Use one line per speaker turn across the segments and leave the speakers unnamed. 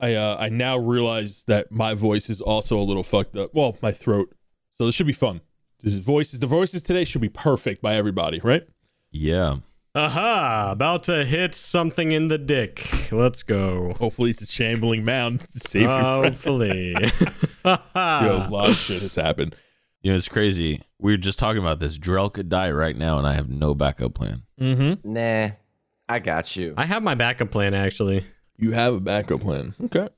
I uh, I now realize that my voice is also a little fucked up. Well, my throat. So this should be fun. This is voices. The voices today should be perfect by everybody, right?
Yeah.
Aha! About to hit something in the dick. Let's go.
Hopefully, it's a shambling mound. Save
Oh,
your friend.
Hopefully.
Yo, a lot of shit has happened.
You know, it's crazy. We were just talking about this. Drell could die right now, and I have no backup plan.
Mm-hmm.
Nah, I got you.
I have my backup plan actually.
You have a backup plan. Okay.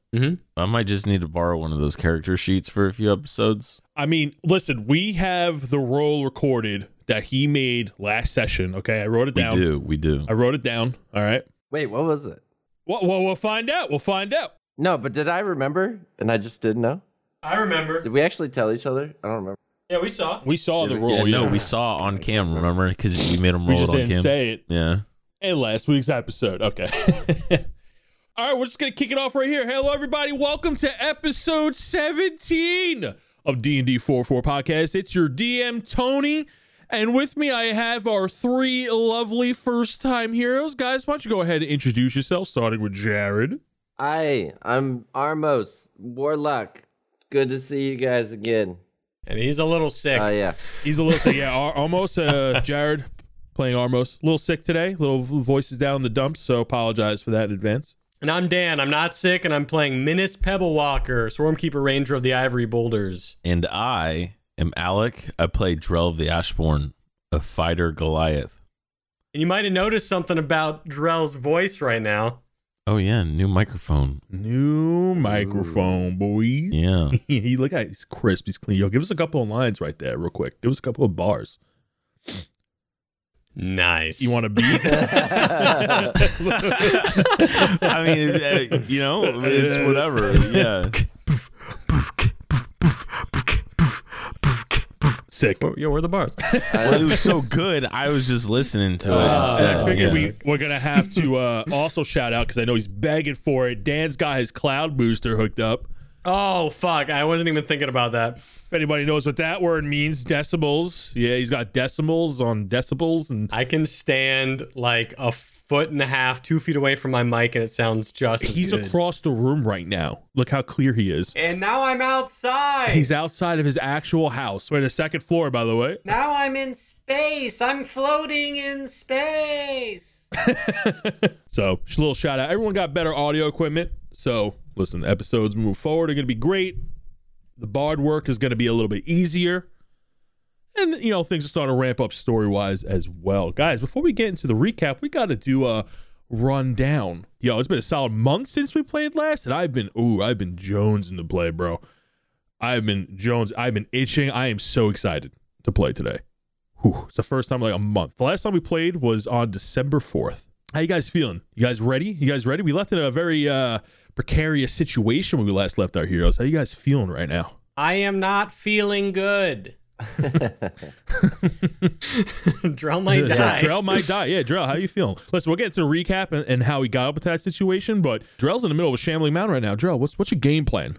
I might just need to borrow one of those character sheets for a few episodes.
I mean, listen, we have the role recorded that he made last session. Okay, I wrote it
We
down.
do. We do.
I wrote it down. All right.
Wait, what was it?
Well, well, we'll find out. We'll find out.
No, but did I remember? And I just didn't know.
I remember.
Did we actually tell each other? I don't remember.
Yeah, we saw.
We saw
Did
the
we?
role.
yeah,
yeah.
Oh, no, we saw on cam, remember? Because we made him
we
roll
just
it on
didn't
cam.
say it.
yeah.
and last week's episode. Okay. All right, we're just gonna kick it off right here. Hello, everybody. Welcome to episode 17 of D and D 44 podcast. It's your DM Tony, and with me I have our three lovely first-time heroes. Guys, why don't you go ahead and introduce yourself, starting with Jared.
I, I'm Armos Warlock. Good to see you guys again.
And he's a little sick.
Oh yeah,
He's a little sick. Yeah, Ar- almost uh, Jared playing Armos. A little sick today. Little voices down in the dumps, so apologize for that in advance.
and I'm Dan. I'm not sick, and I'm playing Minis Pebble Walker, Swarmkeeper Ranger of the Ivory Boulders.
And I am Alec. I play Drell of the Ashborn, a fighter Goliath.
And you might have noticed something about Drell's voice right now.
Oh, yeah. New microphone.
New microphone, boy.
Yeah.
he look at he's crisp, he's clean. Yo, give us a couple of lines right there, real quick. Give us a couple of bars.
Nice.
You want to be?
I mean, it's, uh, you know, it's whatever. Yeah.
Sick.
Yo, where are the bars?
Well, it was so good. I was just listening to it.
And
instead.
Uh, I figured
Yeah.
we, we're gonna have to uh, also shout out because I know he's begging for it. Dan's got his cloud booster hooked up.
oh fuck! I wasn't even thinking about that.
If anybody knows what that word means, decibels. Yeah, he's got decimals on decibels, and
I can stand like a foot and a half, two feet away from my mic, and it sounds just. as
he's
good.
across the room right now. Look how clear he is.
And now I'm outside.
He's outside of his actual house. We're in the second floor, by the way.
Now I'm in space. I'm floating in space.
So, just a little shout out. Everyone got better audio equipment. So, listen, the episodes move forward are going to be great. The bard work is going to be a little bit easier. And, you know, things are starting to ramp up story wise as well. Guys, before we get into the recap, we got to do a rundown. Yo, it's been a solid month since we played last, and I've been, ooh, I've been Jones into play, bro. I've been Jones. I've been itching. I am so excited to play today. Whew, it's the first time in like a month. The last time we played was on December 4th. How you guys feeling? You guys ready? You guys ready? We left in a very uh, precarious situation when we last left our heroes. How you guys feeling right now?
I am not feeling good. Drell might die.
Drell might die. Yeah, Drell, how you feeling? Listen, we'll get to the recap and, and how he got up with that situation, but Drell's in the middle of a shambling mound right now. Drell, what's what's your game plan?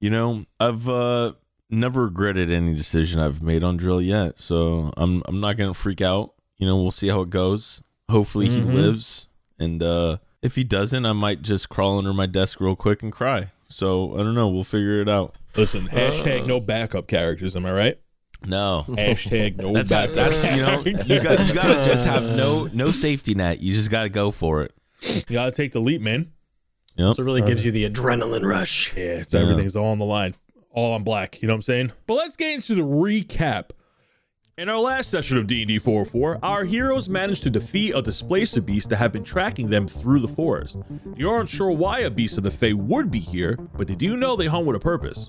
You know, I've uh, never regretted any decision I've made on drill yet, so I'm I'm not gonna freak out. You know, we'll see how it goes. Hopefully,
Mhm.
he lives, and uh, if he doesn't, I might just crawl under my desk real quick and cry. So I don't know. We'll figure it out.
Listen, hashtag no backup characters, am I right?
No.
Hashtag no
That's how,
backup
that's you know you got you gotta just have no no safety net. You just gotta go for it.
You gotta take the leap, man.
Yep.
So it really gives you the adrenaline rush.
Yeah, so everything's all on the line, all on black. You know what I'm saying? But let's get into the recap. In our last session of D&D 4.4, oh our heroes managed to defeat a displacer beast that had been tracking them through the forest. They aren't sure why a beast of the Fae would be here, but they do know they hunt with a purpose.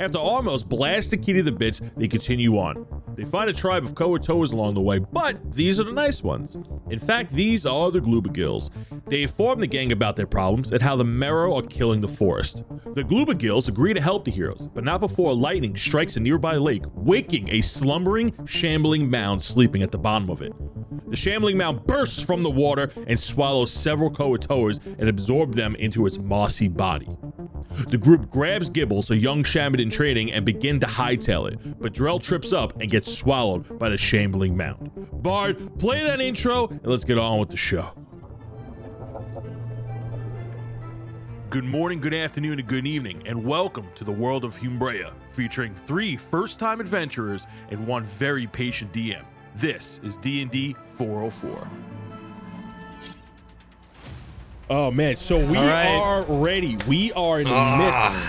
After almost blasts the key to the bits, they continue on. They find a tribe of Koatoas along the way, but these are the nice ones. In fact, these are the Glubagills. They inform the gang about their problems and how the Marrow are killing the forest. The Glubagills agree to help the heroes, but not before lightning strikes a nearby lake, waking a slumbering, shambling mound sleeping at the bottom of it. The shambling mound bursts from the water and swallows several Koatoas and absorbs them into its mossy body. The group grabs Gibbles, a young shaman in training, and begin to hightail it, but Drell trips up and gets swallowed by the shambling mound. Bard, play that intro and let's get on with the show. Good morning, good afternoon, and good evening, and welcome to the world of Humbrea, featuring three first-time adventurers and one very patient DM. This is D&D 404. Oh man, so we
right.
are ready. We are in the midst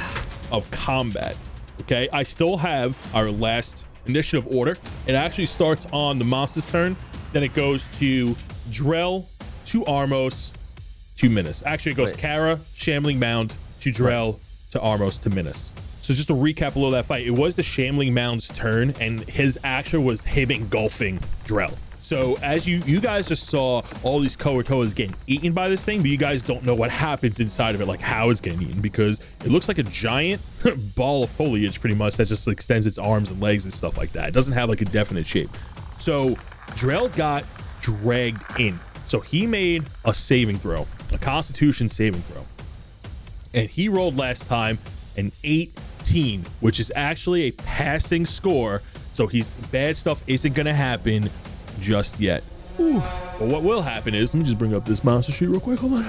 of combat. Okay, I still have our last initiative order. It actually starts on the monster's turn, then it goes to Drell, to Armos, to Minas. Actually, it goes
Wait.
Kara, Shambling Mound, to Drell, to Armos, to Minas. So just to recap a little of that fight, it was the Shambling Mound's turn, and his action was him engulfing Drell. So as you you guys just saw all these Koatoas getting eaten by this thing, but you guys don't know what happens inside of it, like how it's getting eaten, because it looks like a giant ball of foliage pretty much that just extends its arms and legs and stuff like that. It doesn't have like a definite shape. So Drell got dragged in. So he made a saving throw, a constitution saving throw. And he rolled last time an 18, which is actually a passing score. So he's bad stuff isn't gonna happen just yet. Ooh. But what will happen is let me just bring up this monster sheet real quick. Hold on.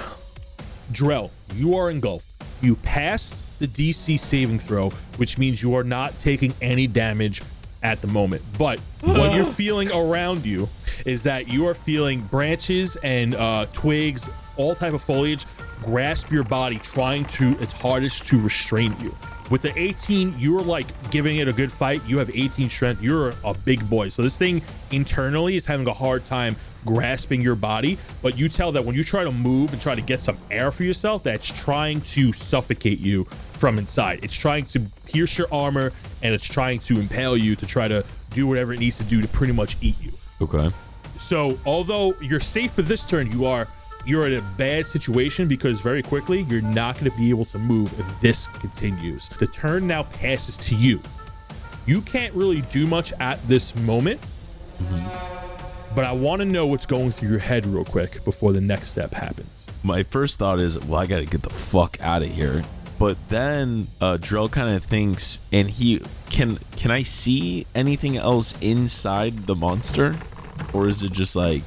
Drell, you are engulfed. You passed the DC saving throw, which means you are not taking any damage at the moment. But what you're feeling around you is that you are feeling branches and uh, twigs, all type of foliage, grasp your body, trying to its hardest to restrain you. With the 18, you're like giving it a good fight. You have 18 strength. You're a big boy. So this thing internally is having a hard time grasping your body, but you tell that when you try to move and try to get some air for yourself, that's trying to suffocate you from inside. It's trying to pierce your armor and it's trying to impale you to try to do whatever it needs to do to pretty much eat you.
Okay.
So although you're safe for this turn, you are you're in a bad situation because very quickly you're not going to be able to move if this continues. The turn now passes to you. You can't really do much at this moment, but I want to know what's going through your head real quick before the next step happens.
my first thought is, well, I got to get the fuck out of here. But then uh, Drell kind of thinks, and he can can I see anything else inside the monster, or is it just like,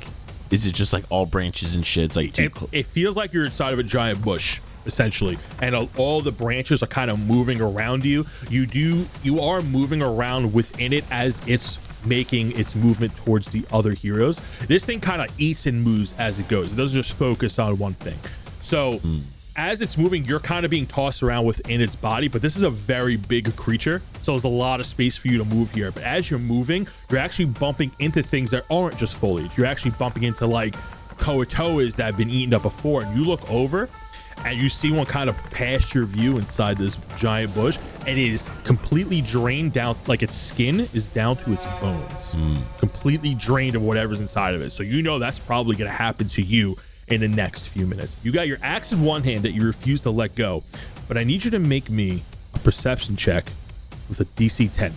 is it just like all branches and shit? It's like too
It,
close.
it feels like you're inside of a giant bush essentially and all- all the branches are kind of moving around you you do you are moving around within it as it's making its movement towards the other heroes this thing kind of eats and moves as it goes it doesn't just focus on one thing so as it's moving you're kind of being tossed around within its body but this is a very big creature so there's a lot of space for you to move here but as you're moving you're actually bumping into things that aren't just foliage you're actually bumping into like koatoas that have been eaten up before, and you look over and you see one kind of past your view inside this giant bush, and it is completely drained down, like its skin is down to its bones, completely drained of whatever's inside of it. So you know that's probably going to happen to you in the next few minutes. You got your axe in one hand that you refuse to let go, but I need you to make me a perception check with a DC 10.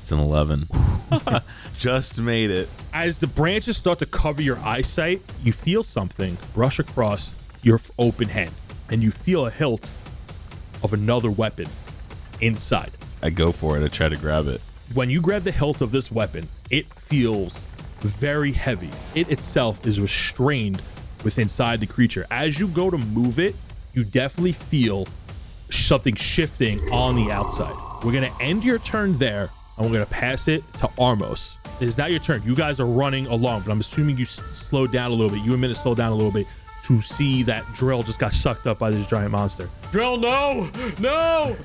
It's an eleven. just made it.
As the branches start to cover your eyesight, you feel something brush across your f- open hand, and you feel a hilt of another weapon inside.
I go for it. I try to grab it.
When you grab the hilt of this weapon, it feels very heavy. It itself is restrained with inside the creature. As you go to move it, you definitely feel something shifting on the outside. We're gonna end your turn there, and we're gonna pass it to Armos. It is now your turn. You guys are running along, but I'm assuming you s- slowed down a little bit. You and Minute slowed down a little bit to see that drill just got sucked up by this giant monster.
Drill, no, no.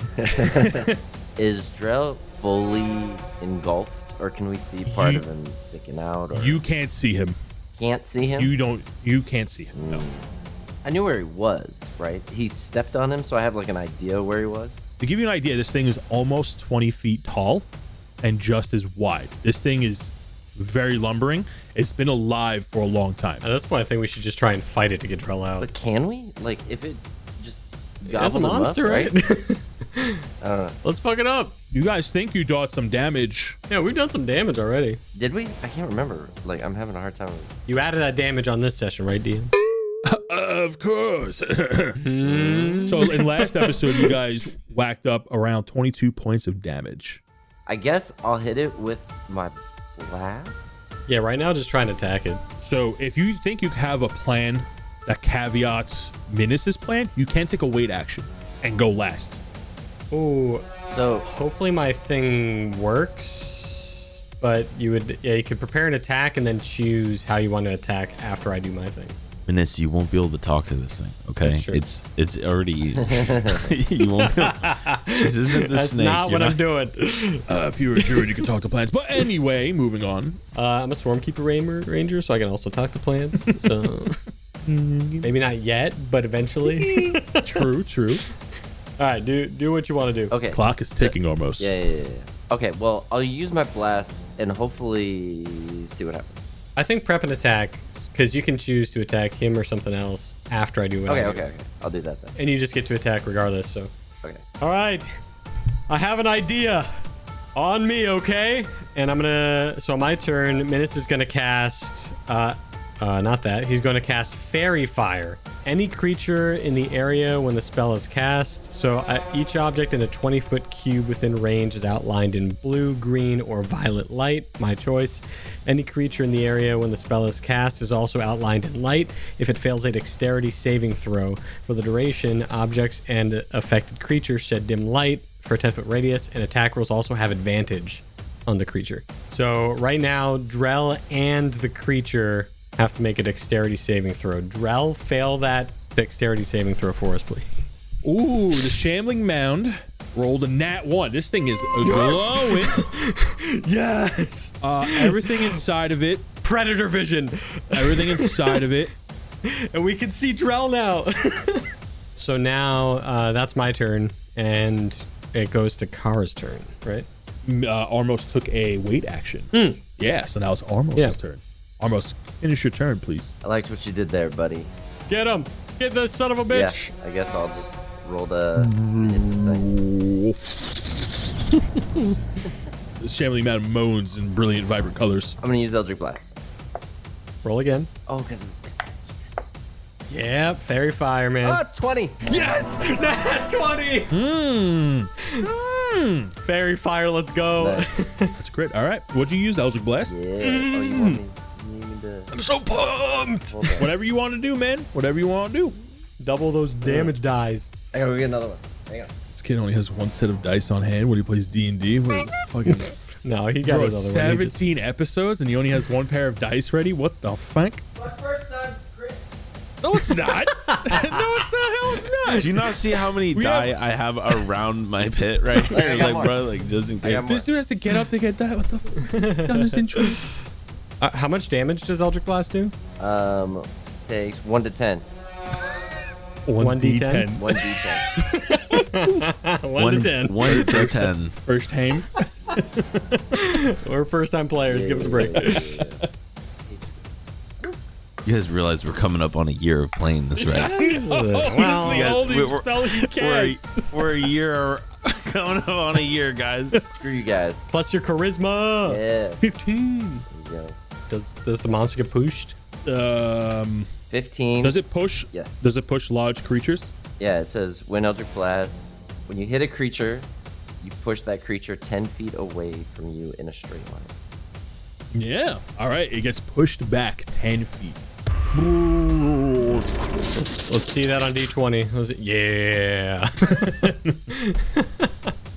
Is Drell fully engulfed, or can we see part
You-
of him sticking out? Or
You can't see him.
can't see him.
You don't. You can't see him. No.
I knew where he was, right? He stepped on him, so I have like an idea where he was.
To give you an idea, this thing is almost 20 feet tall and just as wide. This thing is very lumbering. It's been alive for a long time.
At this point, I think we should just try and fight it to get Drill out.
But can we? Like, if it just
That's
gobbled
a
him up,
monster, right? Let's fuck it up.
You guys think you did some damage.
Yeah, we've done some damage already.
Did we? I can't remember. Like, I'm having a hard time.
You added that damage on this session, right, Dean?
Of course. so in last episode, you guys whacked up around 22 points of damage.
I guess I'll hit it with my blast.
Yeah, right now just try and attack it.
So if you think you have a plan that caveats Minus's plan, you can take a wait action and go last.
Oh,
So
hopefully my thing works. But you would, yeah, you could prepare an attack and then choose how you want to attack after I do my thing.
Minis, you won't be able to talk to this thing. Okay,
That's true.
it's it's already you won't. Be able, this isn't the
That's
snake.
not
you're
what I'm doing.
Uh, if you're a druid, you can talk to plants. But anyway, moving on.
Uh, I'm a Swarmkeeper Ranger, ranger, so I can also talk to plants. So maybe not yet, but eventually.
True, true.
All right, do do what you want to do.
okay.
Clock is ticking almost.
Yeah, yeah, yeah, yeah. Okay, well, I'll use my blast and hopefully see what happens.
I think prep an attack because you can choose to attack him or something else after I do what I
Okay,
do.
okay, okay. I'll do that then.
And you just get to attack regardless. So,
Okay.
all right, I have an idea. On me, okay? And I'm gonna. So on my turn, Minus is gonna cast. Uh, uh, not that. He's gonna cast Fairy Fire. Any creature in the area when the spell is cast. So uh, each object in a 20 foot cube within range is outlined in blue, green, or violet light. My choice. Any creature in the area when the spell is cast is also outlined in light if it fails a dexterity saving throw. For the duration, objects and affected creatures shed dim light for a 10 foot radius, and attack rolls also have advantage on the creature. So right now, Drell and the creature have to make a dexterity saving throw. Drell, fail that dexterity saving throw for us, please.
Ooh, the shambling mound rolled a nat one. This thing is glowing.
Yes!
Uh, everything inside of it,
Predator vision!
everything inside of it.
And we can see Drell now! so now uh, that's my turn, and it goes to Kara's turn, right?
m- uh, Armos took a wait action. Hmm. Yeah, so now it's Armos'
Yeah.
turn. Armos, finish your turn, please.
I liked what you did there, buddy.
Get him! Get the son of a
Yeah,
bitch!
I guess I'll just roll the, to hit the thing.
The shambling man moans in brilliant, vibrant colors.
I'm gonna use Eldritch Blast.
Roll again.
Oh, because I'm.
Yep, fairy fire, man.
Ah, 20!
Yes! Nat 20!
Hmm.
Fairy fire, let's go.
Nice.
That's great. All right, what'd you use, Eldritch Blast?
Yeah. Oh, you want me, you need me to.
I'm so pumped. Whatever you want to do, man. Whatever you want to do.
Double those damage dies.
I gotta go get another one. Hang on.
This kid only has one set of dice on hand when he plays D and D. Fucking
No, he got
bro,
his other one. He just-
seventeen episodes, and he only has one pair of dice ready. What the fuck?
My first time, crit.
No, it's not. no, it's not. Hell, it's not.
Do you not see how many
We
die I have around my pit right here?
I got
Like,
more.
bro, like just in
I got
case.
more.
This dude has to get up to get that. What the fuck? This dumbest intro.
Uh, how much damage does Eldritch Blast do?
Um, takes 1 to 10.
1d10.
1d10.
1, to 10.
One to ten.
First time.
We're first time players. Give us a break.
You guys realize we're coming up on a year of playing this, right?
This is
Yeah,
the
we're-
only
we're-
spell he
we're, a,
casts.
we're a year coming up on a year, guys.
Screw you guys.
Plus your charisma.
Uh,
Yeah.
15.
There you go.
Does, does the monster get pushed?
Um,
15.
does it push?
Yes.
Does it push large creatures?
Yeah, it says when Eldritch Blast, when you hit a creature, you push that creature 10 feet away from you in a straight line.
Yeah. All right. It gets pushed back ten feet.
Let's see that on d20. Was it- Yeah.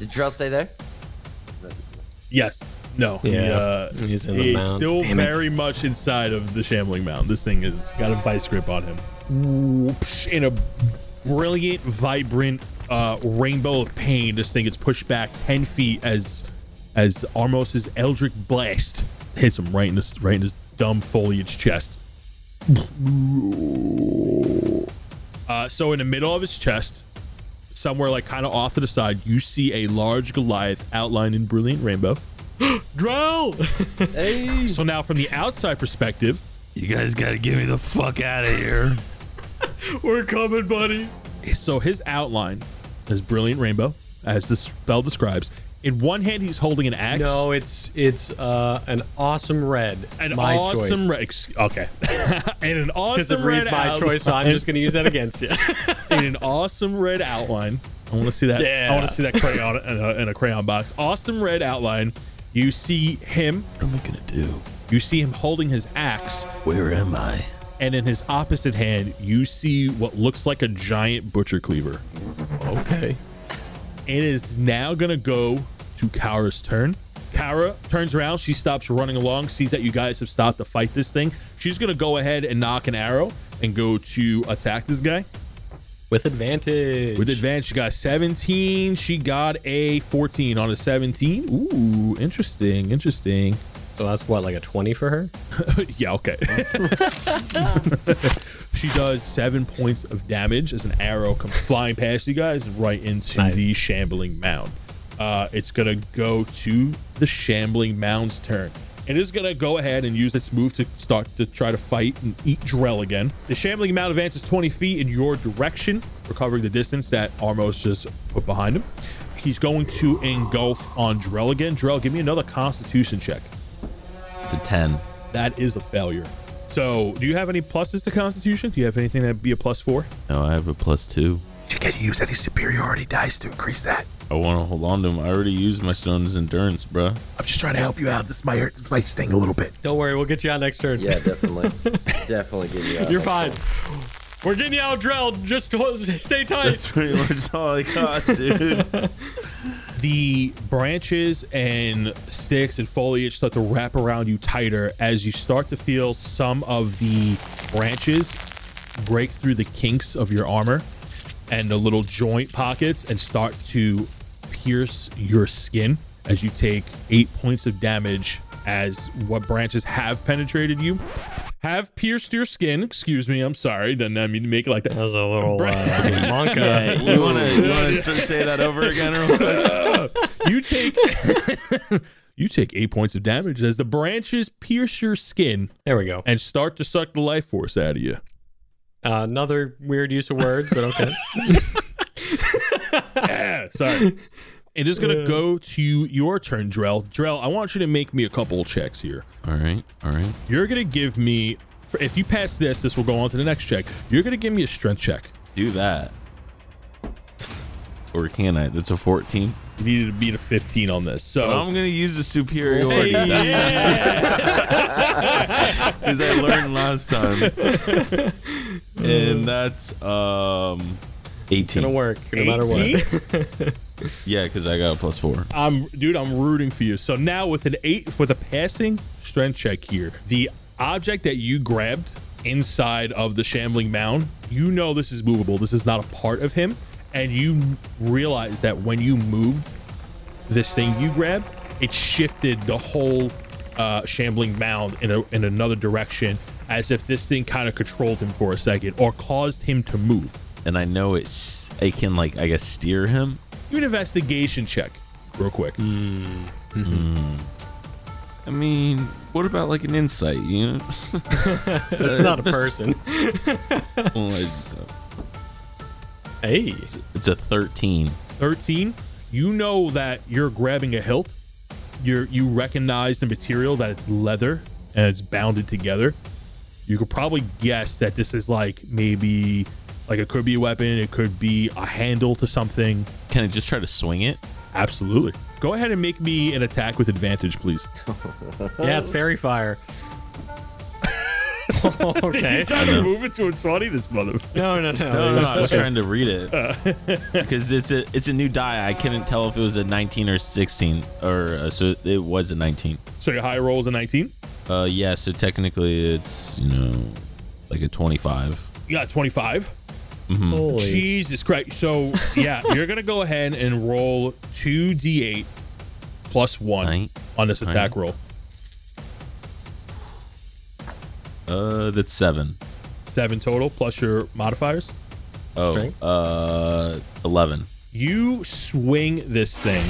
Did Drell stay there?
Yes. No. he,
Yeah.
uh,
He's in the
he's
mound.
still
Damn it.
very much inside of the shambling mound. This thing has got a vice grip on him. Whoosh, In a brilliant, vibrant uh, rainbow of pain, this thing gets pushed back ten feet as as Armos's eldritch blast hits him right in his right in his dumb foliage chest. Uh, so in the middle of his chest, somewhere like kind of off to the side, you see a large Goliath outlined in brilliant rainbow.
Drow!
So now, from the outside perspective,
You guys gotta get me the fuck out of here.
We're coming, buddy.
so his outline is brilliant rainbow, as the spell describes. In one hand, he's holding an axe.
No, it's it's uh, an awesome red.
an
my
awesome
choice.
red. Okay, and an
Because it
awesome red
reads my
outline.
choice, so I'm just going to use that against you.
in an awesome red outline. I want to see that.
Yeah.
I want to see that crayon in a, in a crayon box. Awesome red outline. You see him.
What am I gonna do?
You see him holding his axe,
Where am I?
and in his opposite hand, you see what looks like a giant butcher cleaver.
Okay.
It is now gonna go to Kara's turn. Kara turns around, she stops running along, sees that you guys have stopped to fight this thing. She's gonna go ahead and knock an arrow and go to attack this guy.
With advantage.
With advantage, she got 17. She got a 14 on a 17. Ooh, interesting, interesting.
So that's what, like a 20 for her?
yeah, okay. she does seven points of damage as an arrow comes flying past you guys right into
Nice.
the shambling mound. Uh, it's gonna go to the shambling mound's turn. It is gonna go ahead and use its move to start to try to fight and eat Drell again. The shambling mound advances 20 feet in your direction, recovering the distance that Armos just put behind him. He's going to engulf on Drell again. Drell, give me another Constitution check.
It's a 10.
That is a failure. So, do you have any pluses to Constitution? Do you have anything that'd be a plus four?
No, I have a plus two.
You can use any superiority dice to increase that.
I want to hold on to him. I already used my stone's endurance, bruh.
I'm just trying to help you out. This might hurt, this might sting a little bit.
Don't worry, we'll get you out next turn.
Yeah, definitely. definitely give you out.
You're
next
fine.
time.
We're getting you out, Drell. Just hold- stay tight.
pretty much all I got, dude.
The branches and sticks and foliage start to wrap around you tighter as you start to feel some of the branches break through the kinks of your armor and the little joint pockets and start to pierce your skin as you take eight points of damage as what branches have penetrated you have pierced your skin excuse me i'm sorry didn't I mean to make it like that
That was a little uh, monka.
you want to you wanna st- say that over again real quick?
you take you take eight points of damage as the branches pierce your skin
There we go.
and start to suck the life force out of you.
Uh, another weird use of words, but okay.
Ah, Sorry. It is gonna go to your turn, Drell. Drell, I want you to make me a couple of checks here.
All right, all right.
You're gonna give me, for- if you pass this, this will go on to the next check. You're gonna give me a strength check.
Do that. Or can I? That's a 14.
You needed to beat a 15 on this. So
I'm going to use the superiority
Oh. Hey,
dice
yeah.
as I learned last time. and that's um 18.
Gonna work, no matter what.
18?
Yeah, because I got a plus four.
I'm dude, I'm rooting for you. So now with an eight with a passing strength check here, the object that you grabbed inside of the shambling mound, you know this is movable. This is not a part of him. And you realize that when you moved this thing you grabbed, it shifted the whole uh, shambling mound in, a, in another direction as if this thing kind of controlled him for a second or caused him to move.
And I know it's I can like I guess steer him.
Do an investigation check real quick.
I mean, what about like an insight, you know?
It's not a person.
Well, I just- uh,
Hey.
it's a thirteen.
13 you know that you're grabbing a hilt you're you recognize the material that it's leather and it's bounded together you could probably guess that this is like maybe like it could be a weapon it could be a handle to something
Can I just try to swing it?
absolutely go ahead and make me an attack with advantage please
Yeah, it's fairy fire. okay.
trying to move it to a 20 this mother
No, no, no.
No, no, no, Uh. I was trying to read it because it's a it's a new die. I couldn't tell if it was a 19 or 16 or uh, so it was a 19.
so your high roll is a 19
Uh, yeah. So technically, it's you know like a 25.
you got 25
Holy.
Jesus Christ. So, yeah, you're going to go ahead and roll 2d8 plus 1
Right.
on this attack roll.
Uh, that's seven.
7 total plus your modifiers.
Oh,
Strength?
uh, 11.
You swing this thing,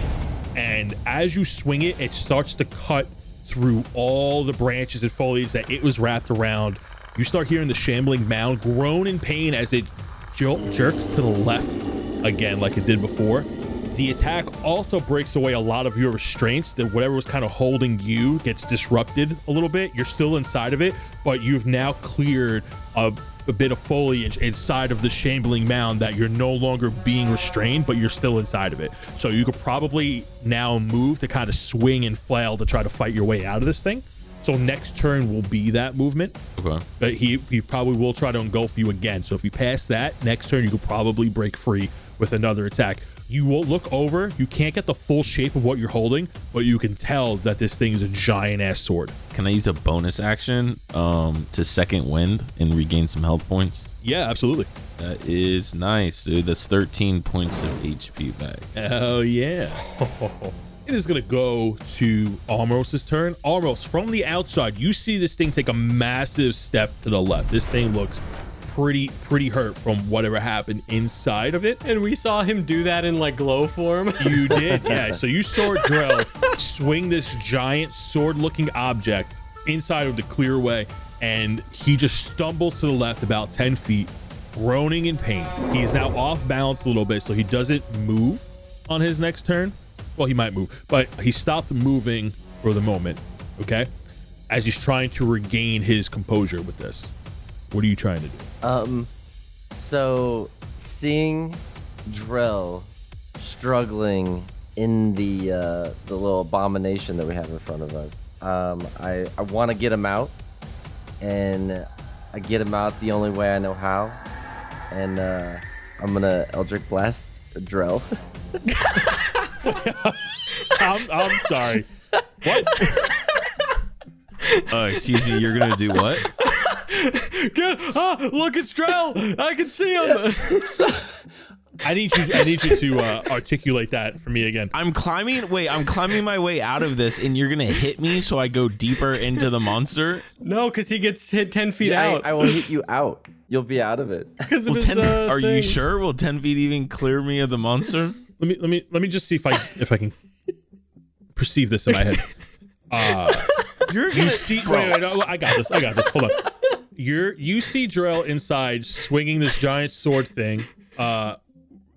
and as you swing it, it starts to cut through all the branches and foliage that it was wrapped around. You start hearing the shambling mound groan in pain as it jol- jerks to the left again, like it did before. The attack also breaks away a lot of your restraints. That whatever was kind of holding you gets disrupted a little bit. You're still inside of it, but you've now cleared a a bit of foliage inside of the shambling mound that you're no longer being restrained, but you're still inside of it. So you could probably now move to kind of swing and flail to try to fight your way out of this thing. So next turn will be that movement.
Okay.
But he he probably will try to engulf you again. So if you pass that next turn, you could probably break free with another attack. You will look over. You can't get the full shape of what you're holding, but you can tell that this thing is a giant ass sword.
Can I use a bonus action um, to second wind and regain some health points?
Yeah, absolutely.
That is nice, dude. That's 13 points of HP back.
Oh yeah. It is gonna go to Almos's turn. Almos, from the outside, you see this thing take a massive step to the left. This thing looks pretty pretty hurt from whatever happened inside of it.
And we saw him do that in like glow form.
You did, yeah. So you saw Drill swing this giant sword-looking object inside of the clear way, and he just stumbles to the left about ten feet, groaning in pain. He is now off balance a little bit, so he doesn't move on his next turn. Well, he might move, but he stopped moving for the moment. Okay, as he's trying to regain his composure with this. What are you trying to do?
Um, so seeing Drell struggling in the uh, the little abomination that we have in front of us, um, I I want to get him out, and I get him out the only way I know how, and uh, I'm gonna Eldritch Blast Drell.
I'm, I'm sorry.
Uh, excuse me, you're going to do what?
Good. Ah, look, it's Drell. I can see him.
I need you. I need you to uh, articulate that for me again.
I'm climbing. Wait, I'm climbing my way out of this, and you're going to hit me so I go deeper into the monster?
No, because he gets hit 10 feet
I,
out.
I will hit you out. You'll be out of it.
'cause of
Will
his,
10
uh,
are you
thing.
sure? Will 10 feet even clear me of the monster?
let me let me let me just see if I if I can perceive this in my head. Uh,
You're
you see, wait, wait, no, I got this. I got this. Hold on. You're you see Drell inside swinging this giant sword thing. Uh,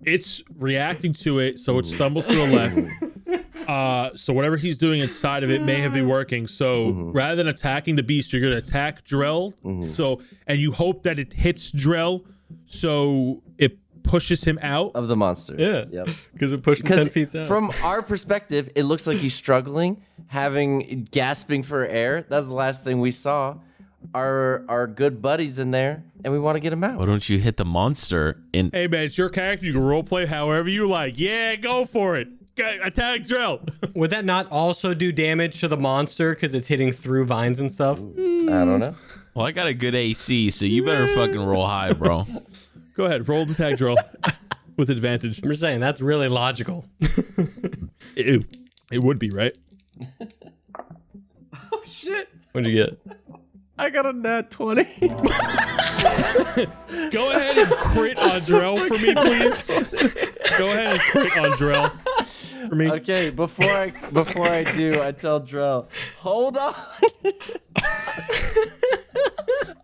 it's reacting to it, so it stumbles to the left. Uh, so whatever he's doing inside of it may have been working. So rather than attacking the beast, you're gonna attack Drell. So and you hope that it hits Drell, so it pushes him out.
Of the monster.
Yeah.
Yep.
Because it pushed him 10
Because
feet out.
from our perspective, it looks like he's struggling, having gasping for air. That's the last thing we saw. Our our good buddies in there, and we want to get him
Why
out.
don't you hit the monster? And
Hey man, it's your character. You can roleplay however you like. Yeah, go for it. Go- Attack drill.
Would that not also do damage to the monster because it's hitting through vines and stuff?
I don't know.
well, I got a good AC, so you better fucking roll high, bro.
go ahead, roll the attack drill with advantage.
I'm just saying, that's really logical.
Ew. It would be right.
Oh, Shit,
What'd you get?
I got a nat twenty.
Go ahead and crit on drill for me, please. go ahead and crit on drill for me.
okay, before I before I do, I tell Drell, hold on.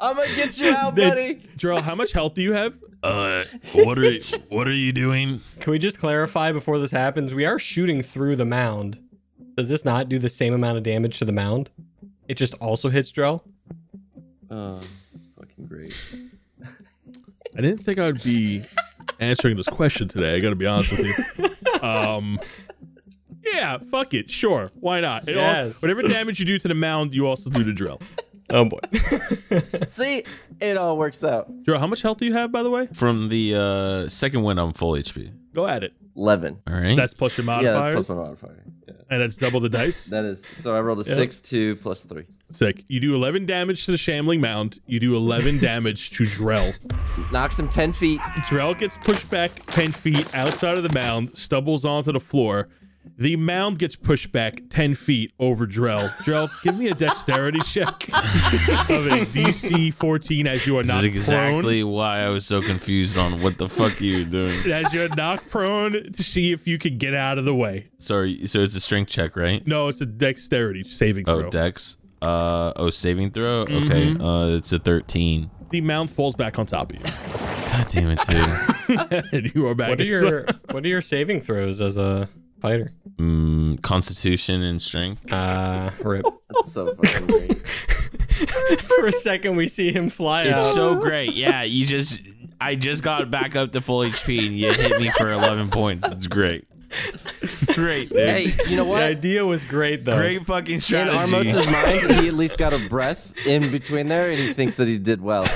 I'm gonna get you out, buddy.
Drill, how much health do you have?
Uh, what are what are you doing?
Can we just clarify before this happens? We are shooting through the mound. Does this not do the same amount of damage to the mound? It just also hits Drell?
Oh, this is fucking great.
I didn't think I'd be answering this question today. I got to be honest with you. Um, yeah, fuck it. Sure, why not? It also-
Yes.
whatever damage you do to the mound, you also do to drill.
Oh boy.
See, it all works out.
Drill, how much health do you have, by the way?
From the uh, second win, I'm full HP.
Go at it.
Eleven.
All right.
That's plus your
Yeah,
modifiers,
that's plus my modifier. Yeah.
and that's double the dice.
That is. So I rolled a six, two, plus three.
Sick. You do 11 damage to the Shambling Mound. You do 11 damage to Drell.
Knocks him ten feet.
Drell gets pushed back 10 feet outside of the mound, stumbles onto the floor. The mound gets pushed back 10 feet over Drell. Drell, give me a dexterity check of a DC 14 as you are
This
not
is exactly why I was so confused on what the fuck you were doing.
prone. As you're knocked prone to see if you can get out of the way.
Sorry, so it's a strength check, right?
No, it's a dexterity saving
Oh,
throw.
dex. Uh, oh, saving throw?
Mm-hmm.
Okay, uh, it's a 13.
the mound falls back on top of you.
God damn it, dude.
and you are back.
What are your what are your saving throws as a fighter?
mm, constitution and strength.
Uh rip.
That's so fucking great.
For a second we see him fly out.
It's so great. Yeah, you just, I just got back up to full HP and you hit me for 11 points. It's great. Great, dude.
Hey, you know
The
what?
idea was great though.
Great fucking
In
strategy.
Armos's mind, he at least got a breath in between there, and he thinks that he did well.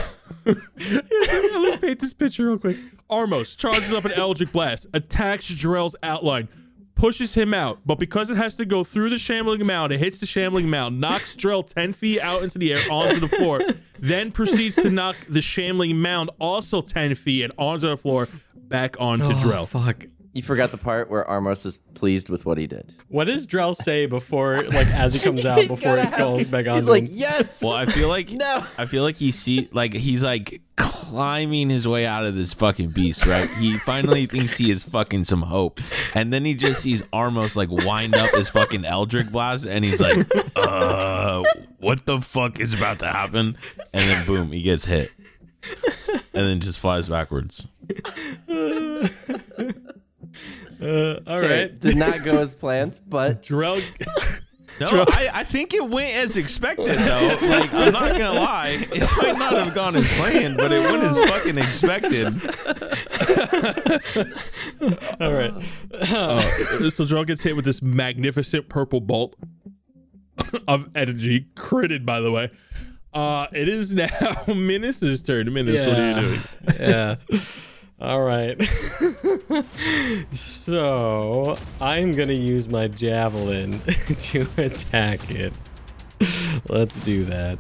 Let me paint this picture real quick. Armos charges up an Eldritch Blast, attacks Jarrell's outline, pushes him out, but because it has to go through the Shambling Mound, it hits the Shambling Mound, knocks Jarrell 10 feet out into the air onto the floor, then proceeds to knock the Shambling Mound also 10 feet and onto the floor back onto
Oh,
Drell.
fuck.
You forgot the part where Armos is pleased with what he did.
What does Drell say before, like, as he comes out, before he
gotta have-
calls back on?
He's
them?
like, yes.
Well, I feel like
No.
I feel like he see like he's like climbing his way out of this fucking beast, right? He finally thinks he is fucking some hope, and then he just sees Armos like wind up his fucking Eldritch blast, and he's like, "Uh, what the fuck is about to happen?" And then boom, he gets hit, and then just flies backwards.
uh, all
Okay,
right.
Did not go as planned, but
Drell,
No, I, I think it went as expected though. Like I'm not gonna lie, it might not have gone as planned, but it went as fucking expected.
All right.
uh, so Drell gets hit with this magnificent purple bolt of energy, critted by the way. Uh, it is now Minus's turn. Minus, what are you doing?
yeah. All right. so I'm gonna use my javelin to attack it. Let's do that.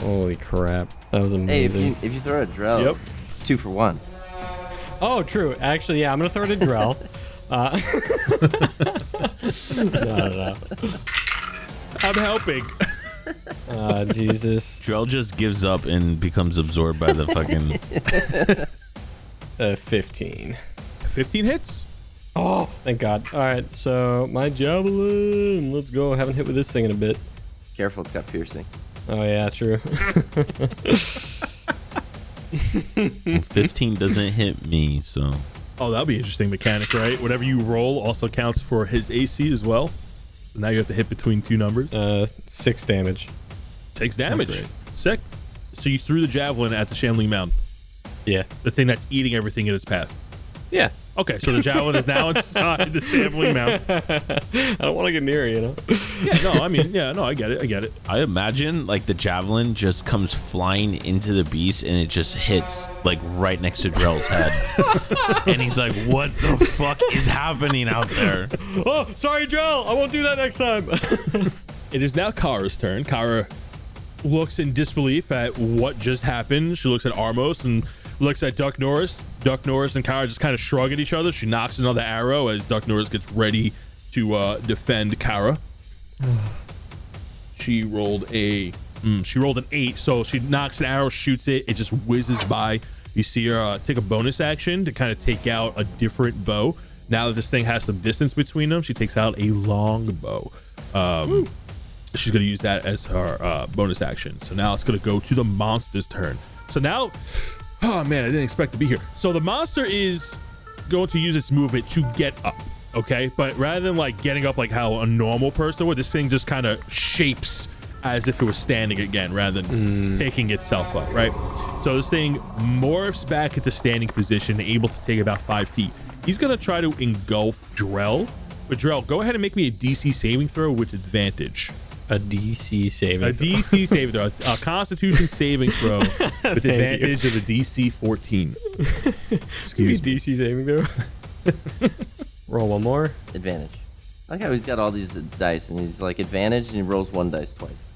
Holy crap! That was
hey, if
amazing.
you, if you throw a drill,
Yep.
it's two for one.
Oh, true. Actually, yeah. I'm gonna throw it at Drell. Uh, no, no,
I'm helping.
no. Uh, Jesus.
Drell just gives up and becomes absorbed by the fucking.
Uh, 15.
15 hits.
Oh, thank God. All right, so my javelin. Let's go. I haven't hit with this thing in a bit.
Careful, it's got piercing.
Oh, yeah, true.
15 doesn't hit me, so.
Oh, that'll be an interesting mechanic, right? Whatever you roll also counts for his AC as well. So now you have to hit between two numbers.
uh, six damage.
Takes damage.
great.
Sick. So you threw the javelin at the Shamling Mound,
Yeah.
the thing that's eating everything in its path.
Yeah.
Okay, so the javelin is now inside the Shambling Mound.
I don't want to get near, you know?
Yeah, no, I mean, yeah, no, I get it. I get it.
I imagine, like, the javelin just comes flying into the beast and it just hits, like, right next to Drell's head. and he's like, what the fuck is happening out there?
oh, sorry, Drell. I won't do that next time.
It is now Kara's turn. Kara looks in disbelief at what just happened. She looks at Armos and looks at Duck Norris. Duck Norris and Kara just kind of shrug at each other. She knocks another arrow as Duck Norris gets ready to uh, defend Kara. she rolled a mm, she rolled an eight, so she knocks an arrow, shoots it, it just whizzes by. You see her uh, take a bonus action to kind of take out a different bow. Now that this thing has some distance between them, she takes out a long bow. Um, she's going to use that as her uh, bonus action. So now it's going to go to the monster's turn. So now, oh man, I didn't expect to be here. So the monster is going to use its movement to get up. Okay, but rather than like getting up like how a normal person would, this thing just kind of shapes as if it was standing again rather than picking itself up, right? So this thing morphs back into standing position, able to take about five feet. He's gonna try to engulf Drell, but Drell, go ahead and make me a DC saving throw with advantage.
A DC saving.
A DC saving throw, a, a Constitution saving throw with advantage of a DC 14. Excuse me.
DC saving throw. Roll one more.
Advantage. I like how he's got all these dice, and he's like advantage, and he rolls one dice twice.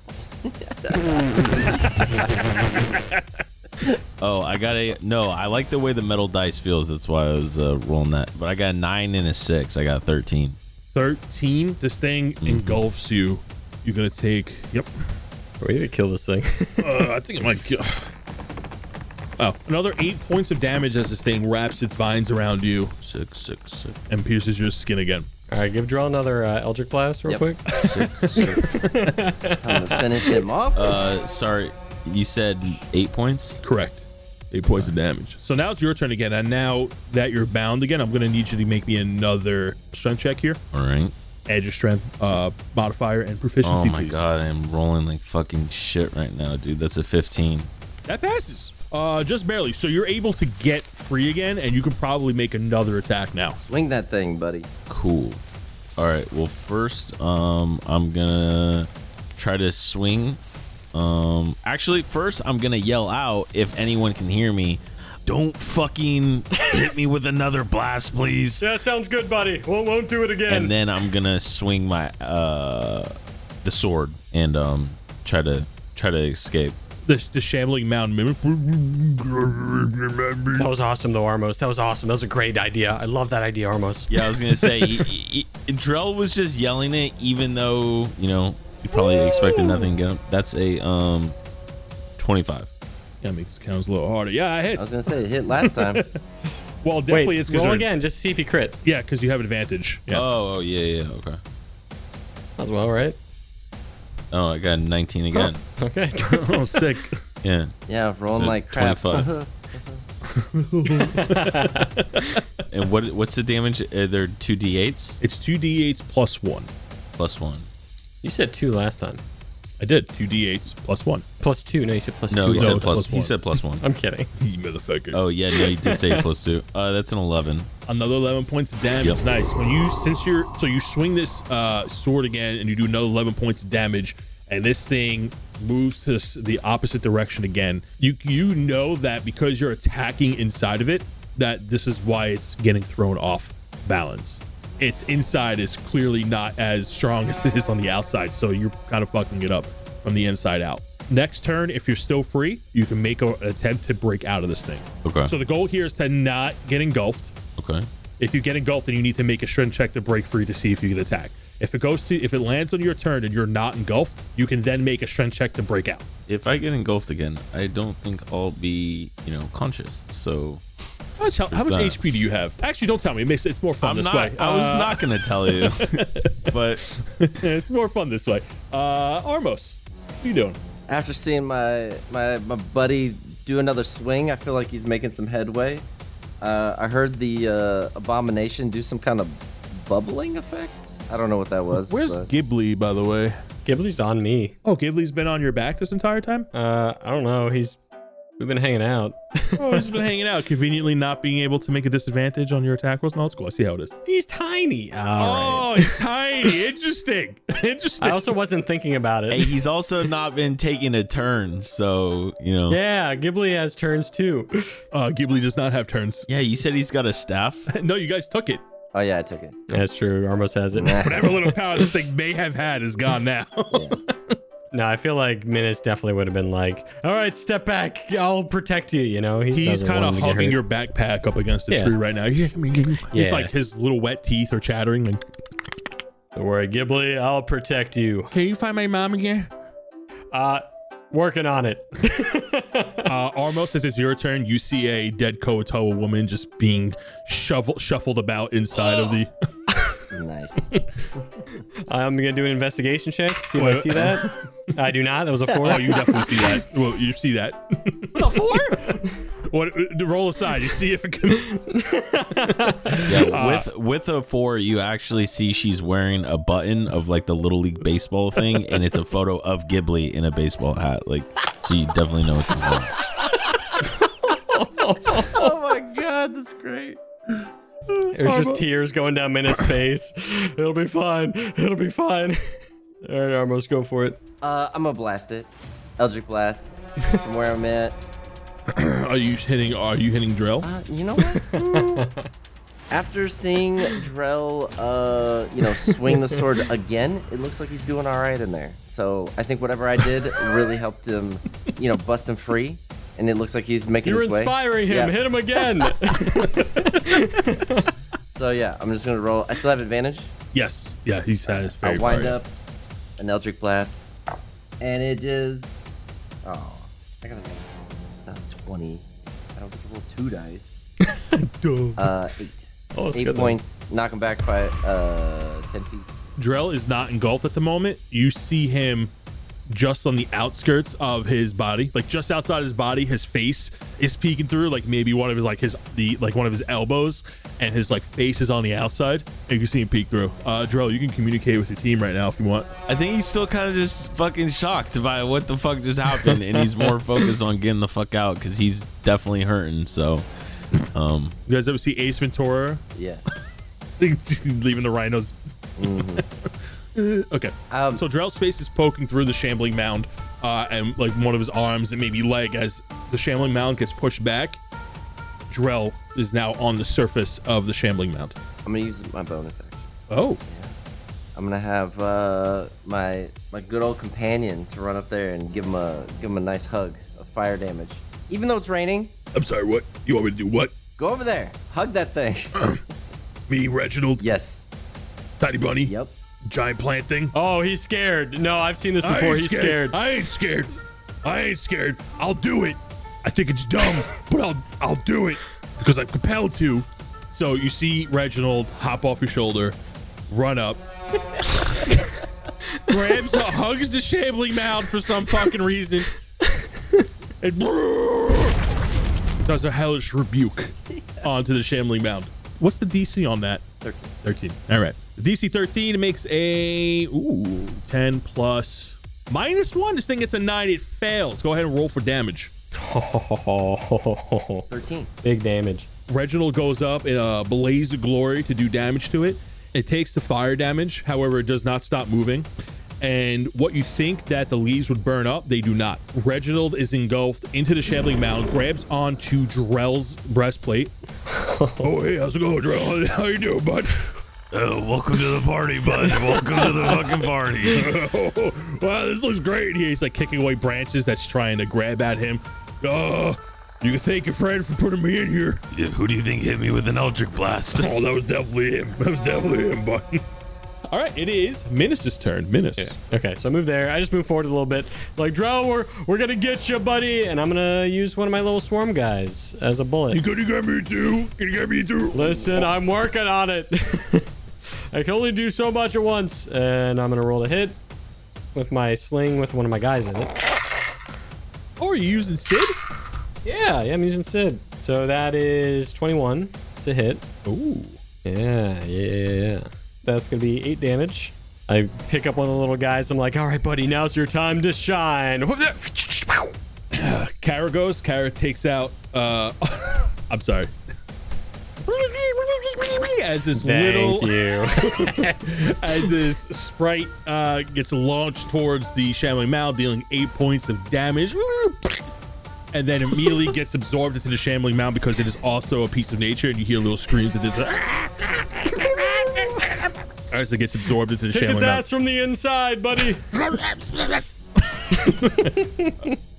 Oh, I got a. No, I like the way the metal dice feels. That's why I was uh, rolling that. But I got a 9 and a 6. I got a 13.
13. This thing engulfs you. You're gonna take. Mm-hmm. Yep.
We need to kill this thing.
Uh, I think it might. kill- Oh, another eight points of damage as this thing wraps its vines around you
6, 6, 6,
and pierces your skin again.
All right, give Drell another uh, Eldritch Blast real
Yep.
quick.
6, 6.
Time to finish him off.
Uh, sorry. You said 8 points?
Correct. Eight points of damage. So now it's your turn again, and now that you're bound again, I'm gonna need you to make me another strength check here.
All right.
Add your strength uh, modifier and proficiency.
Oh my
please.
god, I'm rolling like fucking shit right now, dude. That's a 15.
That passes. Uh, just barely. So you're able to get free again, and you can probably make another attack now.
Swing that thing, buddy.
Cool. All right. Well, first, um, I'm gonna try to swing. Um, actually, first, I'm gonna yell out if anyone can hear me. Don't fucking hit me with another blast, please.
Yeah, sounds good, buddy. Won't, won't do it again.
And then I'm gonna swing my uh, the sword and um, try to try to escape.
The, the shambling mound mimic.
that was awesome, though, Armos. That was awesome. That was a great idea. I love that idea, Armos.
Yeah, I was gonna say, he, he, he- Drell was just yelling it, even though you know you probably expected nothing. to go- That's a um, twenty-five.
Yeah, make this count a little harder. Yeah, I hit.
I was gonna say it hit last time.
Well, definitely
Wait,
it's because
roll again. Just see if he crit.
Yeah, because you have advantage. Uh, Yeah.
Oh, oh yeah, yeah, okay.
That's well, right?
Oh, I got a nineteen again.
Okay.
oh, sick.
Yeah,
Yeah, rolling
So
like crap. Uh-huh.
25.
Uh-huh.
and what what's the damage? Are there two d8s
It's two d8s plus one.
plus one?
you said two last time.
I did two d8s plus one.
Plus two. No, you said plus
No,
two.
he
No,
said
it's
plus.
plus
he
one.
said plus one.
I'm kidding.
You motherfucker.
Oh yeah, no, he did say plus two. Uh, that's an eleven.
Another 11 points of damage.
Yep.
Nice. When you since you're so you swing this uh, sword again and you do another 11 points of damage, and this thing moves to s- the opposite direction again. You you know that because you're attacking inside of it, that this is why it's getting thrown off balance. Its inside is clearly not as strong as it is on the outside, so you're kind of fucking it up from the inside out. Next turn, if you're still free, you can make a, an attempt to break out of this thing.
Okay.
So the goal here is to not get engulfed.
Okay.
If you get engulfed, then you need to make a strength check to break free to see if you can attack. If it goes to if it lands on your turn and you're not engulfed, you can then make a strength check to break out.
If I get engulfed again, I don't think I'll be you know conscious. So
How much, how, how much
that?
HP do you have? Actually, don't tell me. It makes it's more fun
I'm
this
not.
way.
I was
Uh,
not gonna tell you, but
it's more fun this way. Uh, Armos, what are you doing?
After seeing my my my buddy do another swing, I feel like he's making some headway. Uh, I heard the uh, abomination do some kind of bubbling effects. I don't know what that was. but-
Ghibli, by the way?
Ghibli's on me.
Oh, Ghibli's been on your back this entire time.
Uh, I don't know. He's we've been hanging out.
Oh, he's been hanging out, conveniently not being able to make a disadvantage on your attack rolls. No, it's cool. I see how it is.
He's tiny. All right.
Oh, he's tiny. Interesting. Interesting.
I also wasn't thinking about
Hey,
it.
he's also not been taking a turn, so you know.
Yeah, Ghibli has turns too.
Uh, Ghibli does not have turns.
Yeah, you said he's got a staff.
no, you guys took it.
Oh yeah, I took it.
That's true. Armos has it.
Whatever little power this thing may have had is gone now.
No, I feel like Minus definitely would have been like, "All right, step back. I'll protect you." You know,
He's
doesn't
kind of
want him to get
hugging
hurt.
your backpack up against a
Yeah.
tree right now. He's
Yeah.
like his little wet teeth are chattering. Like,
Don't worry, Ghibli. I'll protect you.
can you find my mom again?
Uh, working on it.
Uh, Armos, since it's your turn, you see a dead Koatoa woman just being shovel- shuffled about inside of the.
Nice.
I'm gonna do an investigation check. to See if I
Wait.
see that. I do not. That was a four.
Oh, you definitely see that. Well, you see that. What a four! what? Roll aside. You see if it can.
Yeah, with with a four, you actually see she's wearing a button of like the little league baseball thing, and it's a photo of Ghibli in a baseball hat. Like, so you definitely know it's his mom.
oh my god, that's great.
There's just tears going down Minna's face. It'll be fine. It'll be fine. All right, Armos, go for it.
Uh, I'm gonna blast it. Eldritch blast from where I'm at.
Are you hitting? Are you hitting drill?
Uh, you know what? Mm. After seeing Drell, uh, you know, swing the sword again, it looks like he's doing all right in there. So I think whatever I did really helped him, you know, bust him free, and it looks like he's making
You're
his way.
inspiring him.
Yeah.
Hit him again.
So yeah, I'm just gonna roll. I still have advantage.
Yes. Yeah. He's had his
I
very
wind
far.
up an Eldritch blast, and it is. Oh, I gotta. roll. It's not twenty. I don't think I rolled two dice. uh, eight.
Oh, that's
eight
good then.
points. Knock him back by uh ten feet.
Drell is not engulfed at the moment. You see him just on the outskirts of his body, like just outside his body, his face is peeking through, like maybe one of his like his the like one of his elbows, and his like face is on the outside, and you can see him peek through. Uh, Drell, you can communicate with your team right now if you want.
I think he's still kind of just fucking shocked by what the fuck just happened, and he's more focused on getting the fuck out because he's definitely hurting. So,
You guys ever see Ace Ventura
Yeah.
leaving the rhinos. okay.
Um,
so Drell's face is poking through the shambling mound, uh, and like one of his arms and maybe leg as the shambling mound gets pushed back. Drell is now on the surface of the shambling mound.
I'm gonna use my bonus action.
Oh,
I'm gonna have uh, my my good old companion to run up there and give him a give him a nice hug of fire damage. Even though it's raining,
I'm sorry. What you want me to do? What
go over there, hug that thing.
me, Reginald,
yes.
Tiny Bunny,
Yep.
giant plant thing?
Oh, he's scared. No, I've seen this before. He's scared.
I ain't scared. I ain't scared. I'll do it. I think it's dumb, but I'll I'll do it because I'm compelled to. So you see Reginald hop off your shoulder, run up, grabs, hugs the shambling mound for some fucking reason, and does a hellish rebuke onto the shambling mound. What's the DC on that?
13.
13. All right. DC 13 makes a ooh, 10 plus minus 1. This thing gets a 9. It fails. Go ahead and roll for damage.
Oh,
13.
big damage.
Reginald goes up in a blaze of glory to do damage to it. It takes the fire damage. However, it does not stop moving. And what you think that the leaves would burn up, they do not. Reginald is engulfed into the shambling mound, grabs onto Drell's breastplate. oh, hey, how's it going, Drell? How you doing, bud?
oh, welcome to the party, bud. Welcome to the fucking party.
oh, wow, this looks great in here. He's like kicking away branches that's trying to grab at him. Uh, you can thank your friend for putting me in here.
Who do you think hit me with an electric blast?
Oh, that was definitely him. That was definitely him, bud. All right, it is Minus's turn. Minus.
Okay, so I move there. I just move forward a little bit. Like, Drow, we're, we're gonna get you, buddy. And I'm gonna use one of my little swarm guys as a bullet.
Could you get me too? Can you get me too?
Listen, I'm working on it. I can only do so much at once. And I'm gonna roll a hit with my sling with one of my guys in it.
Oh, are you using Sid?
Yeah, yeah, I'm using Sid. So that is 21 to hit.
Ooh.
Yeah, yeah, yeah. That's gonna be eight damage. I pick up one of the little guys. I'm like, all right, buddy, now's your time to shine.
Kara goes. Kara takes out. Uh, I'm sorry. As this little
Thank you.
as this sprite uh, gets launched towards the shambling mound, dealing eight points of damage, and then immediately gets absorbed into the shambling mound because it is also a piece of nature, and you hear little screams at this. As it gets absorbed into the
Kick
shambling
his
mound.
ass from the inside, buddy.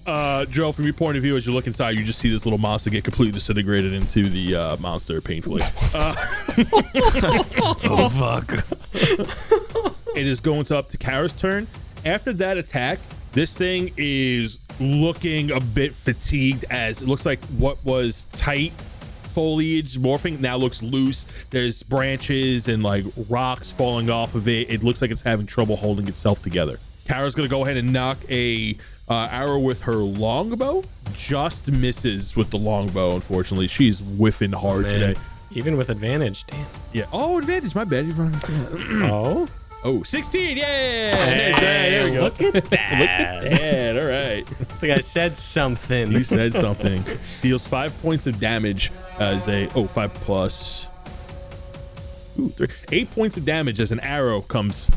Uh, Joe, from your point of view, as you look inside, you just see this little monster get completely disintegrated into the uh, monster painfully.
Oh, fuck.
it is going to up to Kara's turn. After that attack, this thing is looking a bit fatigued as it looks like what was tight foliage morphing now looks loose. There's branches and like rocks falling off of it. It looks like it's having trouble holding itself together. Kara's gonna go ahead and knock a uh, arrow with her longbow. Just misses with the longbow. Unfortunately, she's whiffing
Oh,
hard today.
Even with advantage, damn.
Yeah. Oh, advantage. My bad. You're running.
Oh,
Oh, 16. Yeah.
Hey,
Look at that. Look at that. All right.
I think I said
You
something.
said something. Deals five points of damage as a, oh, five plus. Ooh, three. Eight points of damage as an arrow comes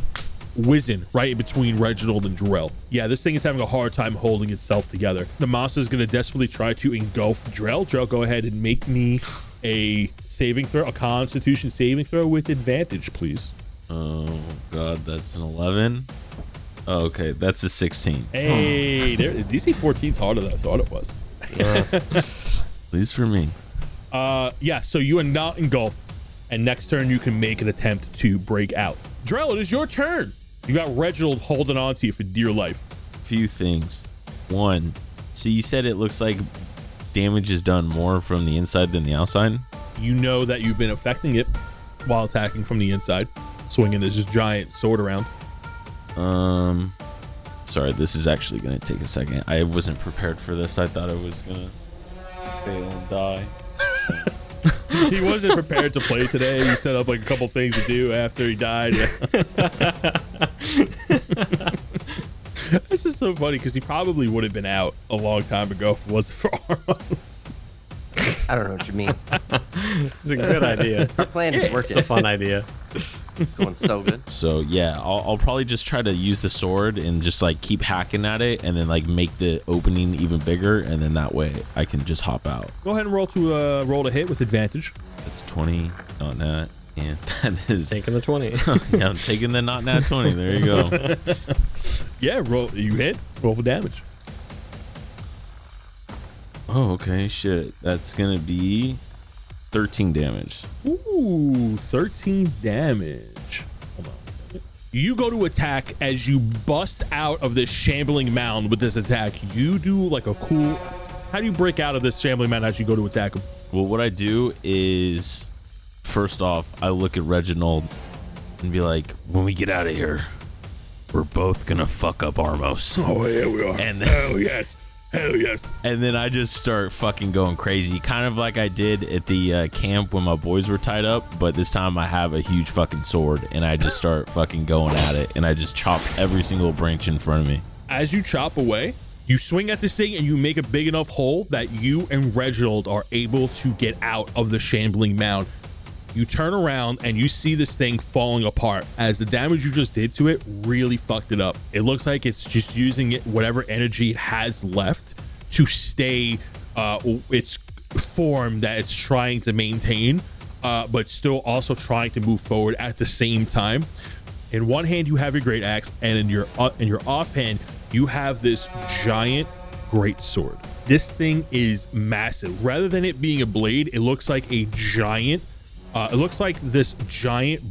whizzing right in between Reginald and Drell. Yeah, this thing is having a hard time holding itself together. The monster is going to desperately try to engulf Drell. Drell, go ahead and make me a saving throw, a constitution saving throw with advantage, please.
Oh, God, that's an 11. Oh, okay, that's a 16. At
Hey, there, DC 14's harder than I thought it was.
least for me.
Uh, yeah, so you are not engulfed, and next turn you can make an attempt to break out. Drell, it is your turn. You got Reginald holding on to you for dear life.
few things. One, so you said it looks like damage is done more from the inside than the outside.
You know that you've been affecting it while attacking from the inside, swinging his giant sword around.
Um, sorry, this is actually gonna take a second. I wasn't prepared for this. I thought I was gonna fail and die.
He wasn't prepared to play today. He set up like a couple things to do after he died. this is so funny because he probably would have been out a long time ago if it wasn't for Armos.
I don't know what you mean.
It's a good idea.
Our plan is working.
It's a fun idea.
It's going so good.
So yeah, I'll, I'll probably just try to use the sword and just like keep hacking at it, and then like make the opening even bigger, and then that way I can just hop out.
Go ahead and roll to uh, roll to hit with advantage.
That's twenty on that, and that is
Taking the 20.
yeah, I'm taking the not nat twenty. There you go.
Yeah, roll. You hit. Roll for damage.
oh okay, shit. That's gonna be thirteen damage.
Ooh, 13 damage. Hold on. a second. You go to attack as you bust out of this shambling mound with this attack. You do like a cool. How do you break out of this shambling mound as you go to attack him?
Well, what I do is, first off, I look at Reginald and be like, when we get out of here, we're both gonna fuck up Armos.
Oh, yeah, we are.
And
Hell yes. Hell yes.
and then I just start fucking going crazy, kind of like I did at the uh, camp when my boys were tied up, but this time I have a huge fucking sword and I just start fucking going at it and I just chop every single branch in front of me.
As you chop away, you swing at this thing and you make a big enough hole that you and Reginald are able to get out of the shambling mound. You turn around and you see this thing falling apart as the damage you just did to it really fucked it up. It looks like it's just using it whatever energy it has left to stay uh, its form that it's trying to maintain, uh, but still also trying to move forward at the same time. In one hand you have your great axe, and in your uh, in your offhand you have this giant great sword. This thing is massive. Rather than it being a blade, it looks like a giant. Uh, it looks like this giant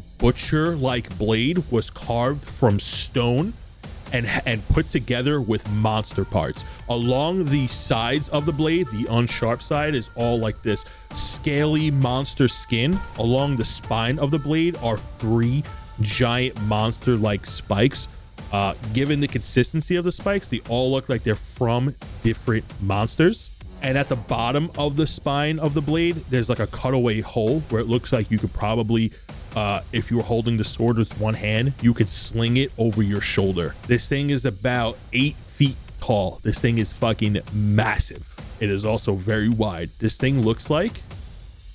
butcher-like blade was carved from stone and and put together with monster parts. Along the sides of the blade, the unsharp side is all like this scaly monster skin. Along the spine of the blade are three giant monster-like spikes. Uh, given the consistency of the spikes, they all look like they're from different monsters. And at the bottom of the spine of the blade, there's like a cutaway hole where it looks like you could probably, uh, if you were holding the sword with one hand, you could sling it over your shoulder. This thing is about eight feet tall. This thing is fucking massive. It is also very wide. This thing looks like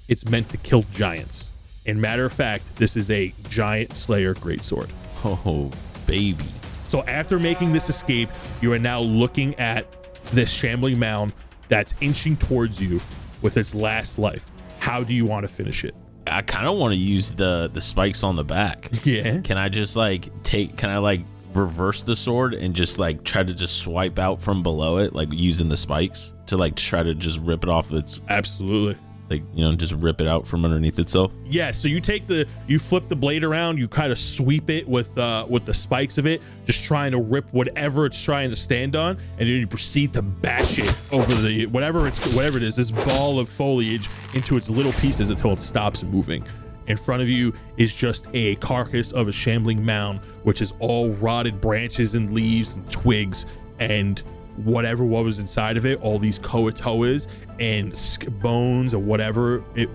it's meant to kill giants. And matter of fact, this is a giant slayer greatsword.
Oh, baby.
So after making this escape, you are now looking at this shambling mound that's inching towards you with its last life. How do you want to finish it?
I kind of want to use the the spikes on the back.
Yeah.
Can I just like take? Can I like reverse the sword and just like try to just swipe out from below it, like using the spikes to like try to just rip it off its
Absolutely.
like you know just rip it out from underneath itself?
Yeah, so you take the you flip the blade around, you kind of sweep it with uh with the spikes of it, just trying to rip whatever it's trying to stand on, and then you proceed to bash it over the whatever it's whatever it is, this ball of foliage into its little pieces until it stops moving. In front of you is just a carcass of a shambling mound, which is all rotted branches and leaves and twigs and whatever what was inside of it, all these koatoas and sk- bones or whatever it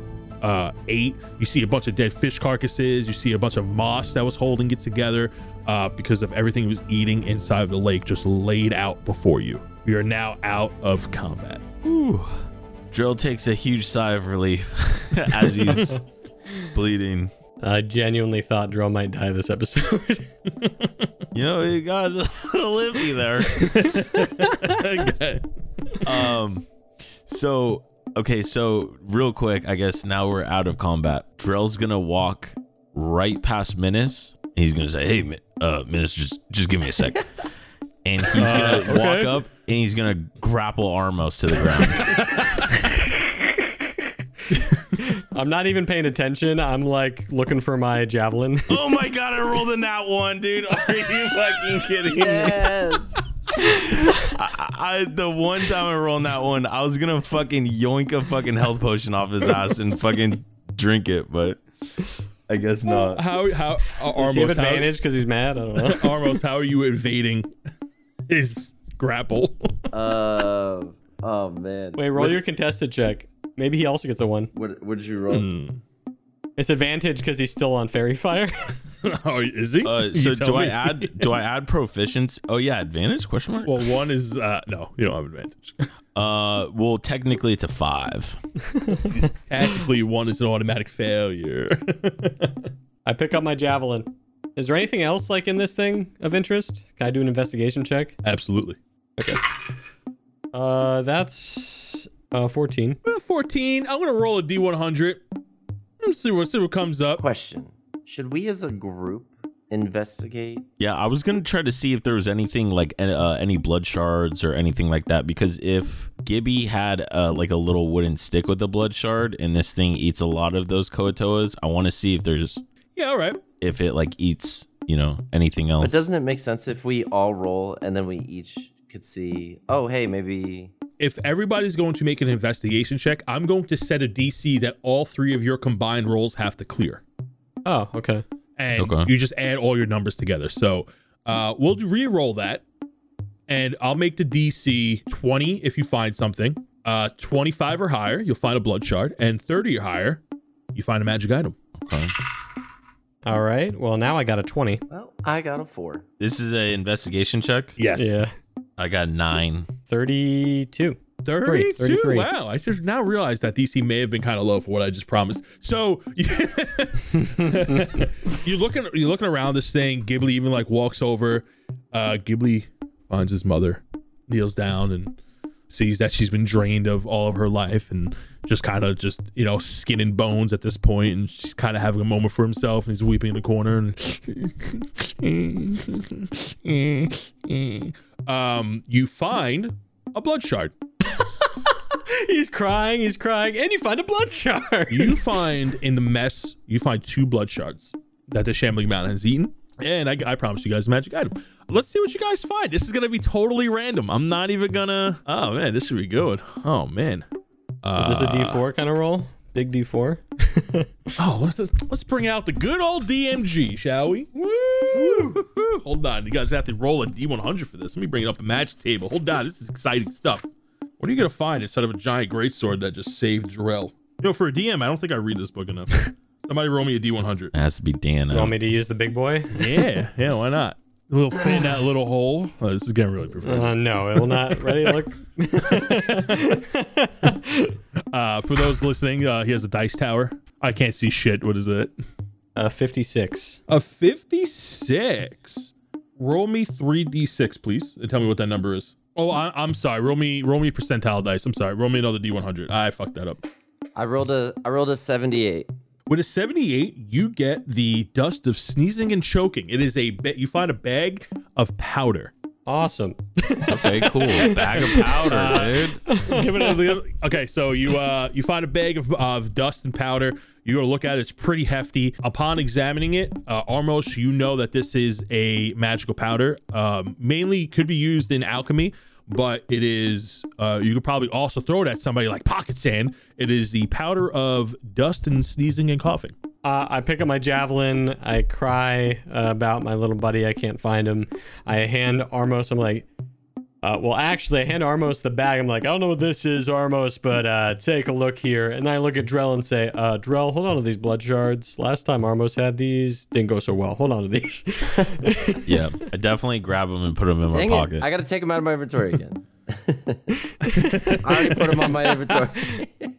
uh, eight. You see a bunch of dead fish carcasses. You see a bunch of moss that was holding it together uh, because of everything it was eating inside of the lake, just laid out before you. We are now out of combat.
Drill takes a huge sigh of relief as he's bleeding.
I genuinely thought Drill might die this episode.
You know, he got a little limpy there. um, so okay, so real quick, I guess now we're out of combat. Drell's gonna walk right past Menace. He's gonna say, "Hey, Mi- uh, Menace, just just give me a sec." and he's gonna walk up and he's gonna grapple Armos to the ground.
I'm not even paying attention. I'm like looking for my javelin.
oh my god, I rolled in that one, dude. Are you fucking kidding me?
Yes.
I the one time I rolled that one, I was gonna fucking yoink a fucking health potion off his ass and fucking drink it, but I guess not.
How how
Do you have
Armos
advantage because he's mad? I don't know.
Armos how are you evading is grapple.
Uh, oh man.
Wait, roll your contested check. Maybe he also gets a one.
What would you roll?
Hmm. It's advantage because he's still on fairy fire.
oh, is he?
Uh,
You
so
tell
do I
me.
add do I add proficiency? Oh yeah, advantage? Question mark.
Well, one is uh no, you don't have advantage.
Uh, well, technically it's a five.
Technically, one is an automatic failure.
I pick up my javelin. Is there anything else like in this thing of interest? Can I do an investigation check?
Absolutely.
Uh, that's uh 14.
Uh, Fourteen. I'm gonna roll a d100. Let's see what see what comes up.
Question: Should we, as a group, investigate?
Yeah, I was gonna try to see if there was anything like uh, any blood shards or anything like that because if Gibby had uh, like a little wooden stick with a blood shard and this thing eats a lot of those koatoas, I want to see if there's
Yeah, all right.
if it like eats you know anything else.
But doesn't it make sense if we all roll and then we each could see? Oh, hey, maybe.
If everybody's going to make an investigation check, I'm going to set a DC that all three of your combined rolls have to clear.
Oh, okay.
and
Okay.
you just add all your numbers together. So uh, we'll do- re-roll that, and I'll make the DC 20 if you find something. Uh, 25 or higher, you'll find a blood shard, and 30 or higher, you find a magic item.
Okay.
All right. Well, now I got a 20.
Well, I got a four.
This is an investigation check.
Yes.
Yeah.
I got nine.
32.
32.
33.
Wow. I just now realized that DC may have been kind of low for what I just promised. So you're looking you're looking around this thing. Ghibli even like walks over. Uh Ghibli finds his mother, kneels down and sees that she's been drained of all of her life and just kind of just, you know, skin and bones at this point and she's kind of having a moment for himself and he's weeping in the corner and um you find a blood shard.
He's crying, he's crying, and you find a blood shard.
you find in the mess, you find two blood shards that the Shambling Mountain has eaten. And I, I promise you guys a magic item. Let's see what you guys find. This is gonna be totally random. I'm not even gonna. Oh man, this should be good. Oh man.
Is this a D4 kind of roll? Big D4?
Oh, let's let's bring out the good old DMG, shall we? Woo! Hold on, you guys have to roll a D100 for this. Let me bring it up a magic table. Hold on, this is exciting stuff. What are you gonna find instead of a giant greatsword that just saved Drell? You know, for a DM, I don't think I read this book enough. Somebody roll me a D100.
It has to be Dan.
You want me to use the big boy?
Yeah, yeah, why not? We'll fit in that little hole. Oh, this is getting really profound.
Uh, no, it will not. Ready? Look.
Uh, for those listening, uh, he has a dice tower. I can't see shit. What is it?
Uh, 56.
A 56. Roll me 3d6, please, and tell me what that number is. Oh, I, I'm sorry. Roll me, roll me percentile dice. I'm sorry. Roll me another d100. I fucked that up.
I rolled a. I rolled a seventy-eight.
With a 78, you get the dust of sneezing and choking. It is a ba- you find a bag of powder.
Awesome.
Okay, cool. Bag of powder, dude.
Uh, Give it a- okay, so you uh, you find a bag of, of dust and powder. You go look at it; it's pretty hefty. Upon examining it, uh, Armos, you know that this is a magical powder. Um, mainly could be used in alchemy, but it is. Uh, you could probably also throw it at somebody like pocket sand. It is the powder of dust and sneezing and coughing.
Uh, I pick up my javelin. I cry uh, about my little buddy. I can't find him. I hand Armos. I'm like, uh, well, actually, I hand Armos the bag. I'm like, I don't know what this is, Armos, but uh, take a look here. And I look at Drell and say, uh, Drell, hold on to these blood shards. Last time Armos had these, didn't go so well. Hold on to these.
Yeah, I definitely grab them and put them in my
Dang
pocket.
it! I gotta take him out of my inventory again. I already put him on my inventory.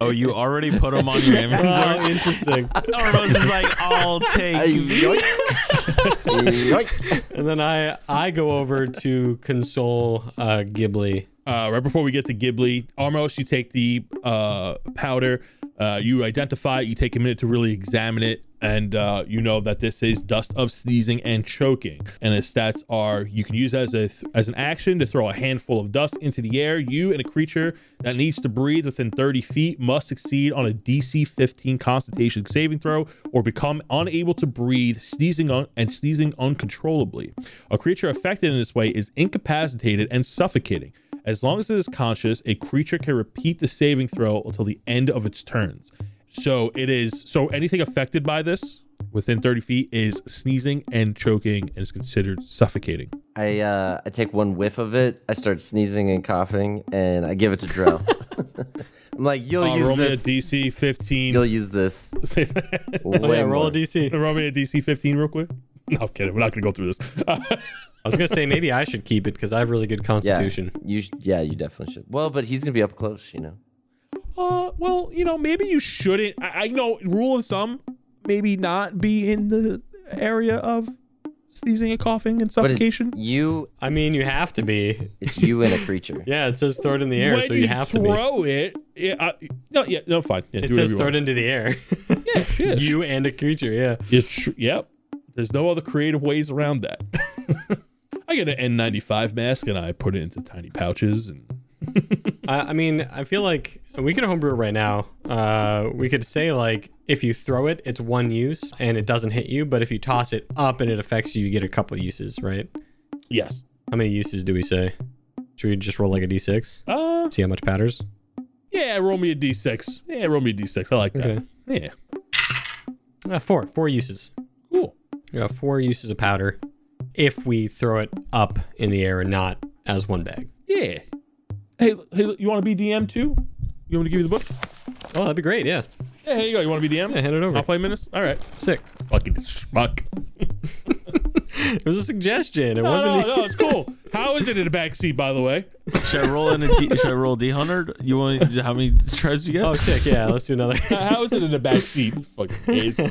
Oh, you already put them on your inventory?
oh, interesting.
Ormos is like, I'll take these.
Yoink.
And then I I go over to console uh, Ghibli.
uh, right before we get to Ghibli, Armos, you take the uh, powder, uh, you identify it, you take a minute to really examine it, and uh, you know that this is dust of sneezing and choking. And its stats are you can use it as a as an action to throw a handful of dust into the air. You and a creature that needs to breathe within 30 feet must succeed on a DC 15 Constitution saving throw or become unable to breathe, sneezing un- and sneezing uncontrollably. A creature affected in this way is incapacitated and suffocating. As long as it is conscious, a creature can repeat the saving throw until the end of its turns. So it is so anything affected by this within 30 feet is sneezing and choking and is considered suffocating.
I uh, I take one whiff of it. I start sneezing and coughing, and I give it to Drell. I'm like, you'll
Uh,
use
roll me a
this.
DC 15.
you'll use this. Way
Oh, yeah, roll
more.
a DC.
roll me a DC 15 real quick. No, I'm kidding. We're not going to go through this. Uh,
I was gonna say maybe I should keep it because I have really good
Yeah,
constitution.
you sh- yeah, you definitely should. Well, but he's gonna be up close, you know.
Uh, well, you know, maybe you shouldn't. I, I know rule of thumb, maybe not be in the area of sneezing and coughing and
But it's
suffocation.
you.
I mean, you have to be.
It's you and a creature.
Yeah, it says throw it in the air,
when
so you have to be.
throw it, yeah, I, no, yeah, no, fine. Yeah,
It
do whatever
says
you
throw
want.
it into the air.
Yes.
you and a creature. Yeah.
It's tr- yep. There's no other creative ways around that. I get an N95 mask and I put it into tiny pouches and
I, I mean, I feel like we could homebrew it right now. Uh, we could say like if you throw it, it's one use and it doesn't hit you, but if you toss it up and it affects you, you get a couple uses, right?
yes.
How many uses do we say? Should we just roll like a d6?
Uh,
See how much patters?
yeah, roll me a d6. Yeah, roll me a d6. I like that.
Okay.
Yeah,
Uh, four. Four uses.
cool.
Yeah, four uses of powder if we throw it up in the air and not as one bag.
Yeah. Hey, hey, you want to be DM too? You want me to give you the book?
Oh, that'd be great. Yeah.
Yeah, here you go. You want to be DM?
Yeah, hand it over.
I'll play minutes. All right.
Sick.
Fucking schmuck.
It was a suggestion. It
No,
wasn't. e-
no, no, it's cool. How is it in a backseat, by the way?
Should I roll in a D? should I roll a D hundred? You want how many tries you get?
Oh, sick. Yeah. Let's do another.
How is it in a backseat? Fucking hazel.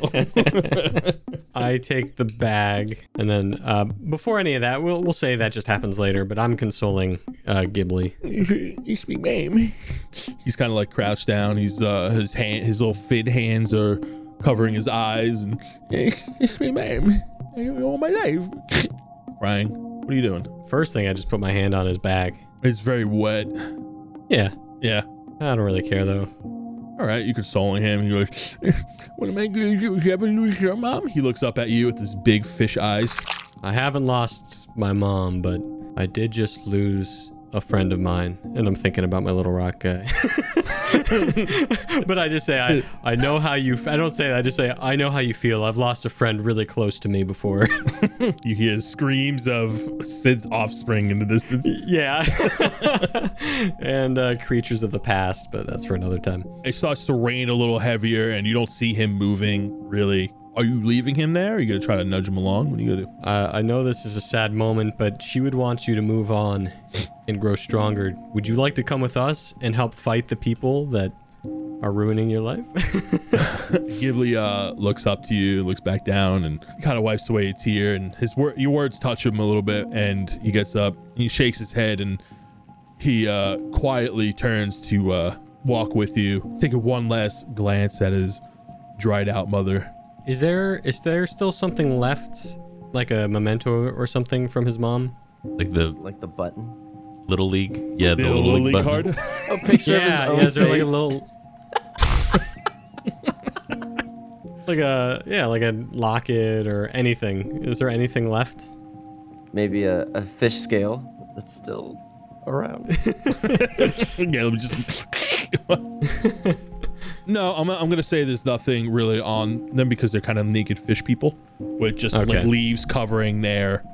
I take the bag, and then uh, before any of that, we'll we'll say that just happens later. But I'm consoling uh, Ghibli.
It's me name. He's kind of like crouched down. He's uh his hand, his little fin hands are covering his eyes, and it's me name. I don't know my life. Crying. What are you doing?
First thing, I just put my hand on his bag.
It's very wet.
Yeah,
Yeah.
I don't really care though.
All right, you consoling him. He goes, "What am I going to do? If you ever lose your mom?" He looks up at you with his big fish eyes.
I haven't lost my mom, but I did just lose a friend of mine, and I'm thinking about my Little Rock guy. but I just say I I know how you. f- I don't say that. I just say I know how you feel. I've lost a friend really close to me before.
You hear screams of Sid's offspring in the distance.
yeah, and uh, creatures of the past, but that's for another time.
It starts to rain a little heavier, and you don't see him moving really. Are you leaving him there? Are you gonna try to nudge him along? What are you gonna do?
Uh, I know this is a sad moment, but she would want you to move on and grow stronger. Would you like to come with us and help fight the people that are ruining your life?
Ghibli uh, looks up to you, looks back down, and kind of wipes away a tear. And his wor- your words touch him a little bit, and he gets up, he shakes his head, and he uh, quietly turns to uh, walk with you, taking one last glance at his dried out mother.
is there is there still something left, like a memento or something from his mom?
Like the
Like the button.
little league. Yeah, the, little, league, button.
card.
A picture
yeah,
of
yeah.
his
Is
own
there like a
face.
little, like a yeah, like a locket or anything? Is there anything left?
Maybe a, a fish scale that's still around.
yeah, let me just. no, I'm, I'm gonna say there's nothing really on them because they're kind of naked fish people with just like
Okay.
leaves covering their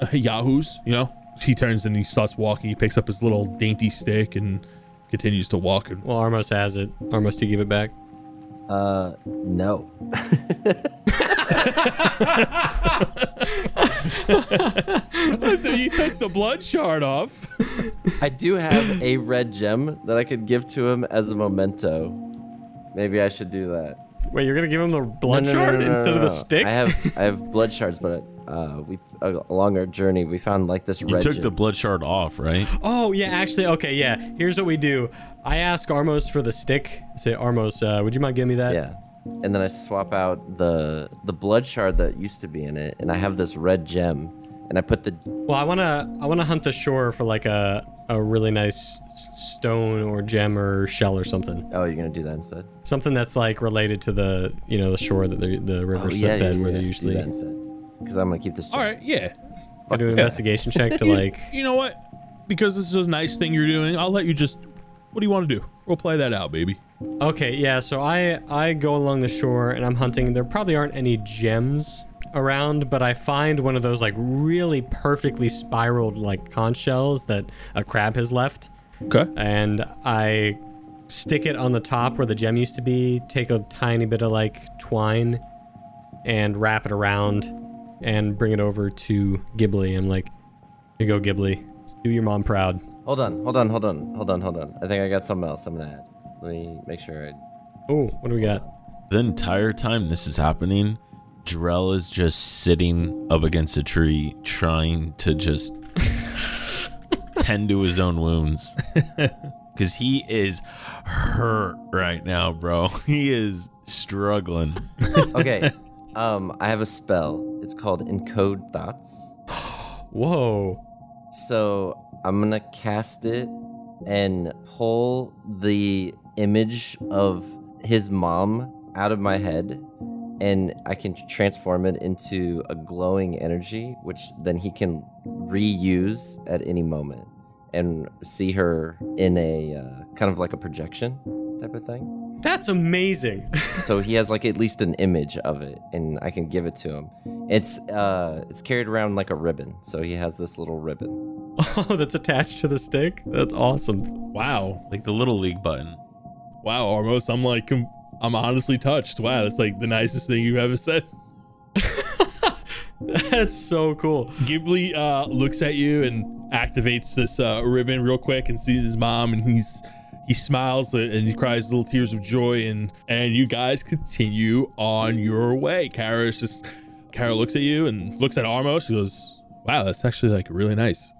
uh, yahoos. You know, he turns and he starts walking. He picks up his little dainty stick and continues to walk. And
Well, Armos has it. Armos, do you give it back?
Uh, no.
you took the blood shard off.
I do have a red gem that I could give to him as a memento. Maybe I should do that.
Wait, you're gonna give him the
No,
blood
no, no,
shard
no, no,
instead
no,
of the
no.
stick?
I have I have blood shards, but uh, we uh, along our journey we found like this
You
red.
took
gem.
the blood shard off, right?
Oh yeah, actually, okay, yeah. Here's what we do. I ask Armos for the stick. I say, Armos, uh, would you mind giving me that?
yeah, and then I swap out the the blood shard that used to be in it, and I have this red gem, and I put the
Well, I wanna, I wanna hunt the shore for like a, a really nice s- stone or gem or shell or something.
oh you're gonna do that instead.
Something that's like related to the, you know, the shore that the the river
Oh,
yeah, where they're usually.
do that instead. Because I'm gonna keep this.
All
gem.
right, yeah.
I do an investigation check to like.
you know what? Because this is a nice thing you're doing, I'll let you just. What do you want to do? We'll play that out, baby.
Okay, yeah. So I I go along the shore and I'm hunting. There probably aren't any gems around, but I find one of those like really perfectly spiraled like conch shells that a crab has left,
Okay.
and I stick it on the top where the gem used to be. Take a tiny bit of like twine and wrap it around and bring it over to Ghibli. I'm like, here you go, Ghibli. Do your mom proud.
Hold on, hold on, hold on, hold on, hold on. I think I got something else I'm gonna add. Let me make sure I.
Oh, what do we got?
The entire time this is happening, Drell is just sitting up against a tree, trying to just tend to his own wounds. Because he is hurt right now, bro. He is struggling.
Okay, um, I have a spell. It's called Encode Thoughts.
Whoa.
So I'm gonna cast it and pull the image of his mom out of my head, and I can transform it into a glowing energy, which then he can reuse at any moment and see her in a uh, kind of like a projection type of thing.
That's amazing.
so he has like at least an image of it and i can give it to him it's uh it's carried around like a ribbon so he has this little ribbon
Oh, that's attached to the stick? That's awesome.
Wow.
Like the little league button.
Wow, Armos. I'm like, com- I'm honestly touched. Wow, that's like the nicest thing you've ever said.
That's so cool.
Ghibli uh, looks at you and activates this uh, ribbon real quick and sees his mom, and he's he smiles a- and he cries little tears of joy, and and you guys continue on your way. Kara is just Kara looks at you and looks at Armos. She goes, "Wow, that's actually like really nice."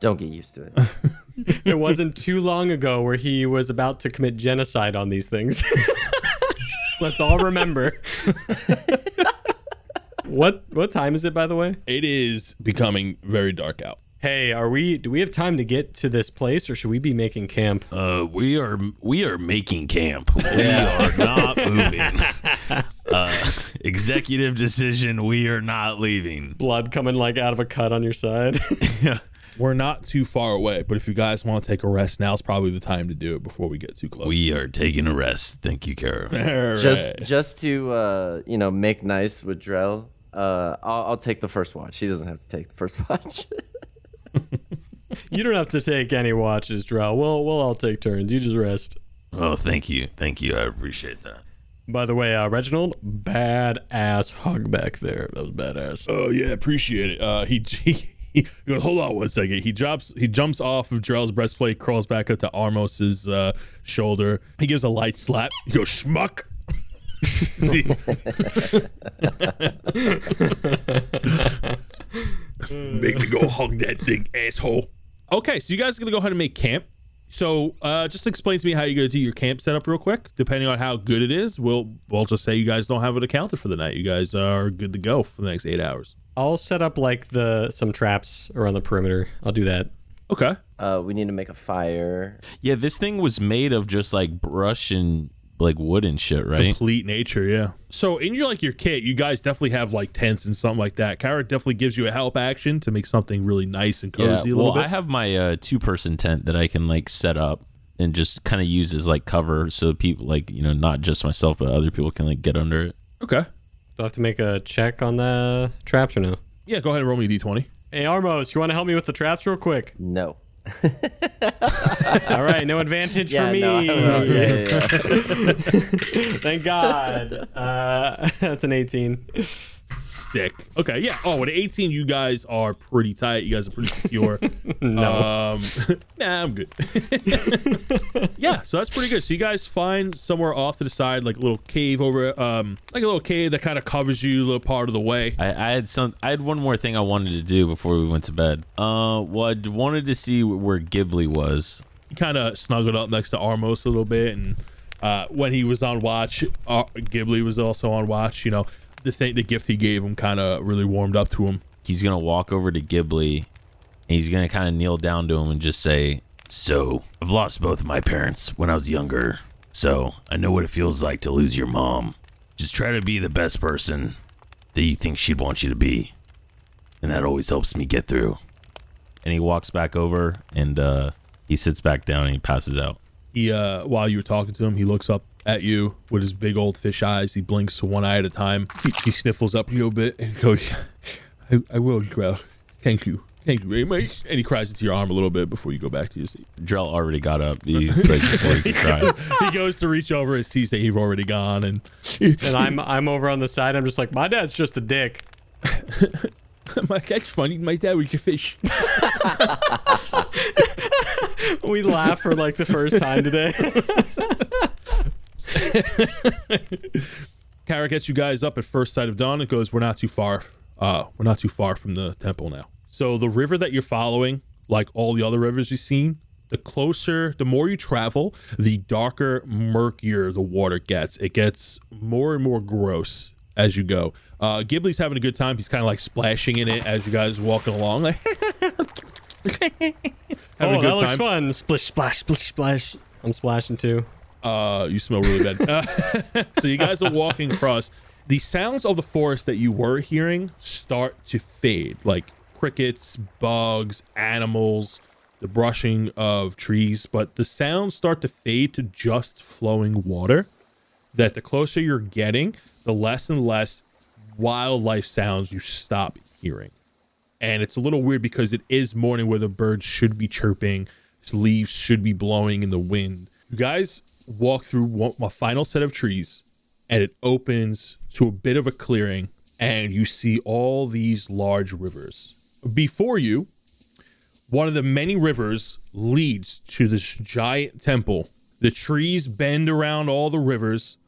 don't get used to it
It wasn't too long ago where he was about to commit genocide on these things. Let's all remember. what what time is it by the way?
It is becoming very dark out.
Hey, are we do we have time to get to this place or should we be making camp?
Uh, we are we are making camp. We are not moving. uh, executive decision: We are not leaving.
Blood coming like out of a cut on your side.
We're not too far away, but if you guys want to take a rest, now's probably the time to do it before we get too close.
We are taking a rest. Thank you, Kara.
All
just
right.
just to uh you know make nice with drell uh I'll, I'll take the first watch he doesn't have to take the first watch
you don't have to take any watches, Drow. We'll we'll all take turns. You just rest.
Oh, thank you, thank you. I appreciate that.
By the way, uh, Reginald, badass hug back there. That was badass.
Oh yeah, appreciate it. Uh, he, he, he goes, hold on one second. He drops, he jumps off of Jarl's breastplate, crawls back up to Armos's uh, shoulder. He gives a light slap. He goes, schmuck. See? make me go hug that thing, asshole. Okay, so you guys are gonna go ahead and make camp. So uh, just explain to me how you're gonna do your camp setup real quick. Depending on how good it is, we'll we'll just say you guys don't have it accounted for the night. You guys are good to go for the next eight hours.
I'll set up like the some traps around the perimeter. I'll do that.
Okay.
uh we need to make a fire
Yeah, this thing was made of just like brush and like wood and shit, right?
Complete nature, yeah. So in your like your kit, you guys definitely have like tents and something like that. Kara definitely gives you a help action to make something really nice and
Yeah.
cozy a little
Well, I
bit.
have my uh, two-person tent that I can like set up and just kind of use as like cover, so that people like you know not just myself but other people can like get under it.
okay.
Do I have to make a check on the traps or no?
Yeah, go ahead and roll me a D twenty.
Hey Armos, you want to help me with the traps real quick?
no
All right, no advantage
yeah
for me.
no I will. Yeah, yeah, yeah.
Thank God. Uh, that's an 18.
Sick. Okay, yeah. Oh, with an 18, you guys are pretty tight. You guys are pretty secure. no. Um, nah, I'm good. yeah, so that's pretty good. So you guys find somewhere off to the side, like a little cave over, um, like a little cave that kind of covers you a little part of the way.
I, I had some. I had one more thing I wanted to do before we went to bed. Uh, well, I d- wanted to see where Ghibli was.
He kind of snuggled up next to Armos a little bit, and uh, when he was on watch, uh, Ghibli was also on watch. You know, the thing, the gift he gave him, kind of really warmed up to him.
He's gonna walk over to Ghibli, and he's gonna kind of kneel down to him and just say, "So I've lost both of my parents when I was younger, so I know what it feels like to lose your mom. Just try to be the best person that you think she'd want you to be, and that always helps me get through." And he walks back over, and uh, he sits back down, and he passes out.
He, uh, while you were talking to him, he looks up at you with his big old fish eyes. He blinks to one eye at a time. He, he sniffles up a little bit and goes, I, I will, Drell. Thank you. Thank you very much. And he cries into your arm a little bit before you go back to your seat.
Drell already got up. He's like, before he could cry.
He goes to reach over and sees that he's already gone. And
And I'm I'm over on the side. I'm just like, my dad's just a dick.
I'm like, that's funny. My dad was a fish.
We laugh for like the first time today.
Kara gets you guys up at first sight of dawn and goes, "We're not too far. Uh, we're not too far from the temple now." So the river that you're following, like all the other rivers you've seen, the closer, the more you travel, the darker, murkier the water gets. It gets more and more gross as you go. Uh, Ghibli's having a good time. He's kind of like splashing in it as you guys walking along, like having
oh,
a
that
good
looks
time.
fun. Splish, splash, splish, splash. I'm splashing too.
Uh, you smell really bad. Uh, so you guys are walking across. The sounds of the forest that you were hearing start to fade, like crickets, bugs, animals, the brushing of trees. But the sounds start to fade to just flowing water. That the closer you're getting, the less and less wildlife sounds you stop hearing and it's a little weird because it is morning where the birds should be chirping, leaves should be blowing in the wind. You guys walk through one, my final set of trees, and it opens to a bit of a clearing, and you see all these large rivers. Before you, one of the many rivers leads to this giant temple. The trees bend around all the rivers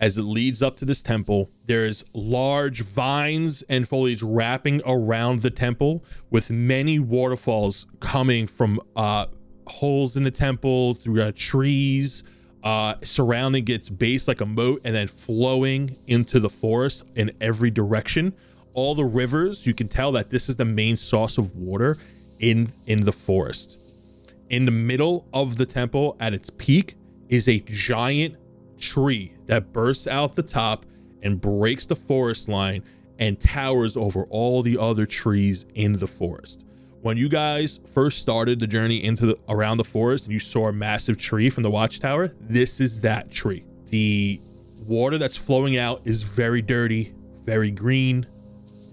as it leads up to this temple. There's large vines and foliage wrapping around the temple, with many waterfalls coming from uh, holes in the temple through uh, trees. Uh, surrounding its base like a moat and then flowing into the forest in every direction. All the rivers, you can tell that this is the main source of water in in the forest in the middle of the temple at its peak is a giant tree that bursts out the top and breaks the forest line and towers over all the other trees in the forest. When you guys first started the journey into the around the forest and you saw a massive tree from the watchtower, this is that tree. The water that's flowing out is very dirty, very green,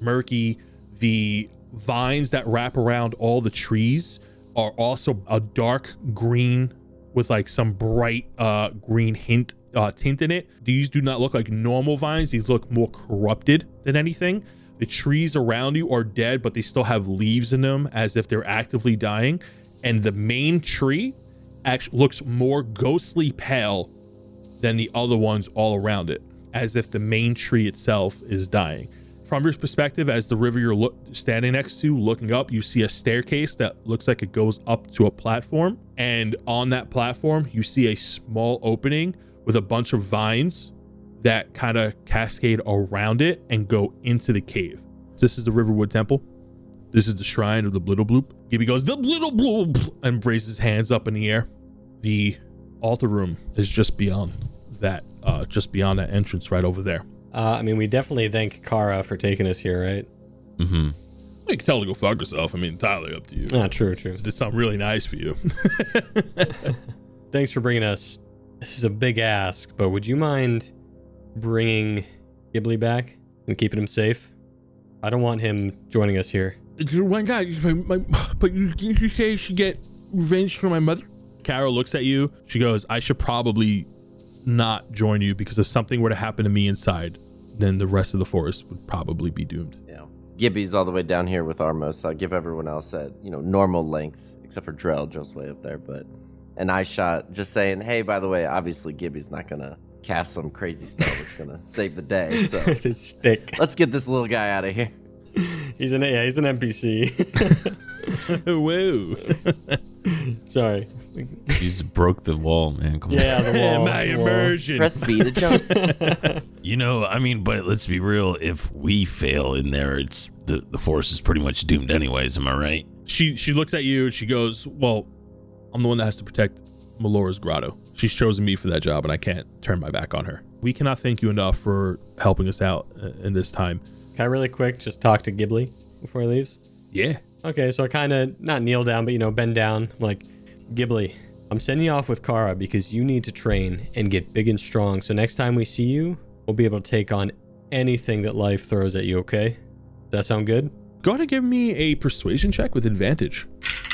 murky. The vines that wrap around all the trees are also a dark green with like some bright uh, green hint uh, tint in it. These do not look like normal vines. These look more corrupted than anything. The trees around you are dead, but they still have leaves in them as if they're actively dying. And the main tree actually looks more ghostly pale than the other ones all around it, as if the main tree itself is dying. From your perspective, as the river you're look standing next to, looking up, you see a staircase that looks like it goes up to a platform. And on that platform, you see a small opening with a bunch of vines that kind of cascade around it and go into the cave. This is the Riverwood Temple. This is the shrine of the Blittle Bloop. Gibby goes, the Blittle Bloop, and raises his hands up in the air the altar room is just beyond that uh just beyond that entrance right over there
Uh, I mean, we definitely thank Kara for taking us here, right?
you can tell her to go fuck herself i mean entirely up to you
Ah, true, true.
did something really nice for you
Thanks for bringing us. This is a big ask, but would you mind bringing Ghibli back and keeping him safe? I don't want him joining us here.
why not but you, didn't you say she get revenge for my mother Kara looks at you she goes i should probably not join you because if something were to happen to me inside then the rest of the forest would probably be doomed
Yeah. Gibby's all the way down here with Armos. So I give everyone else at, you know, normal length, except for Drell. Drell's way up there, but an eye shot just saying, hey, by the way, obviously Gibby's not going to cast some crazy spell that's going to save the day. So
This stick.
let's get this little guy out of here.
He's an yeah, he's an NPC.
whoa
Sorry.
You just broke the wall, man. Come on.
Yeah, the wall.
my
the wall.
immersion
Press B to jump.
You know, I mean, but let's be real. If we fail in there, it's the the force is pretty much doomed, anyways. Am I right?
she she looks at you and she goes, "Well, I'm the one that has to protect Melora's grotto. She's chosen me for that job, and I can't turn my back on her. We cannot thank you enough for helping us out uh, in this time.
Can I really quick just talk to Ghibli before he leaves?
Yeah,
Okay, so I kind of not kneel down, but you know, bend down. I'm like, Ghibli, I'm sending you off with Kara because you need to train and get big and strong. So next time we see you, we'll be able to take on anything that life throws at you, okay? Does that sound good?
Go ahead and give me a persuasion check with advantage.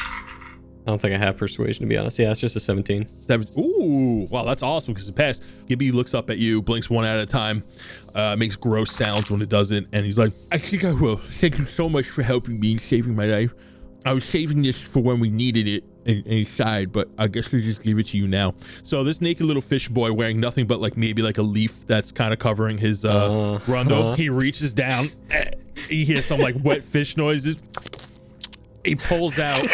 I don't think I have persuasion to be honest. Yeah, it's just a 17.
Seven- Ooh, wow, that's awesome because it passed. Gibby looks up at you, blinks one at a time, uh, makes gross sounds when it doesn't, and he's like, I think I will. Thank you so much for helping me and saving my life. I was saving this for when we needed it in- inside, but I guess we just give it to you now. So this naked little fish boy wearing nothing but like maybe like a leaf that's kind of covering his uh, rondo, he reaches down. eh, he hears some like wet fish noises. He pulls out.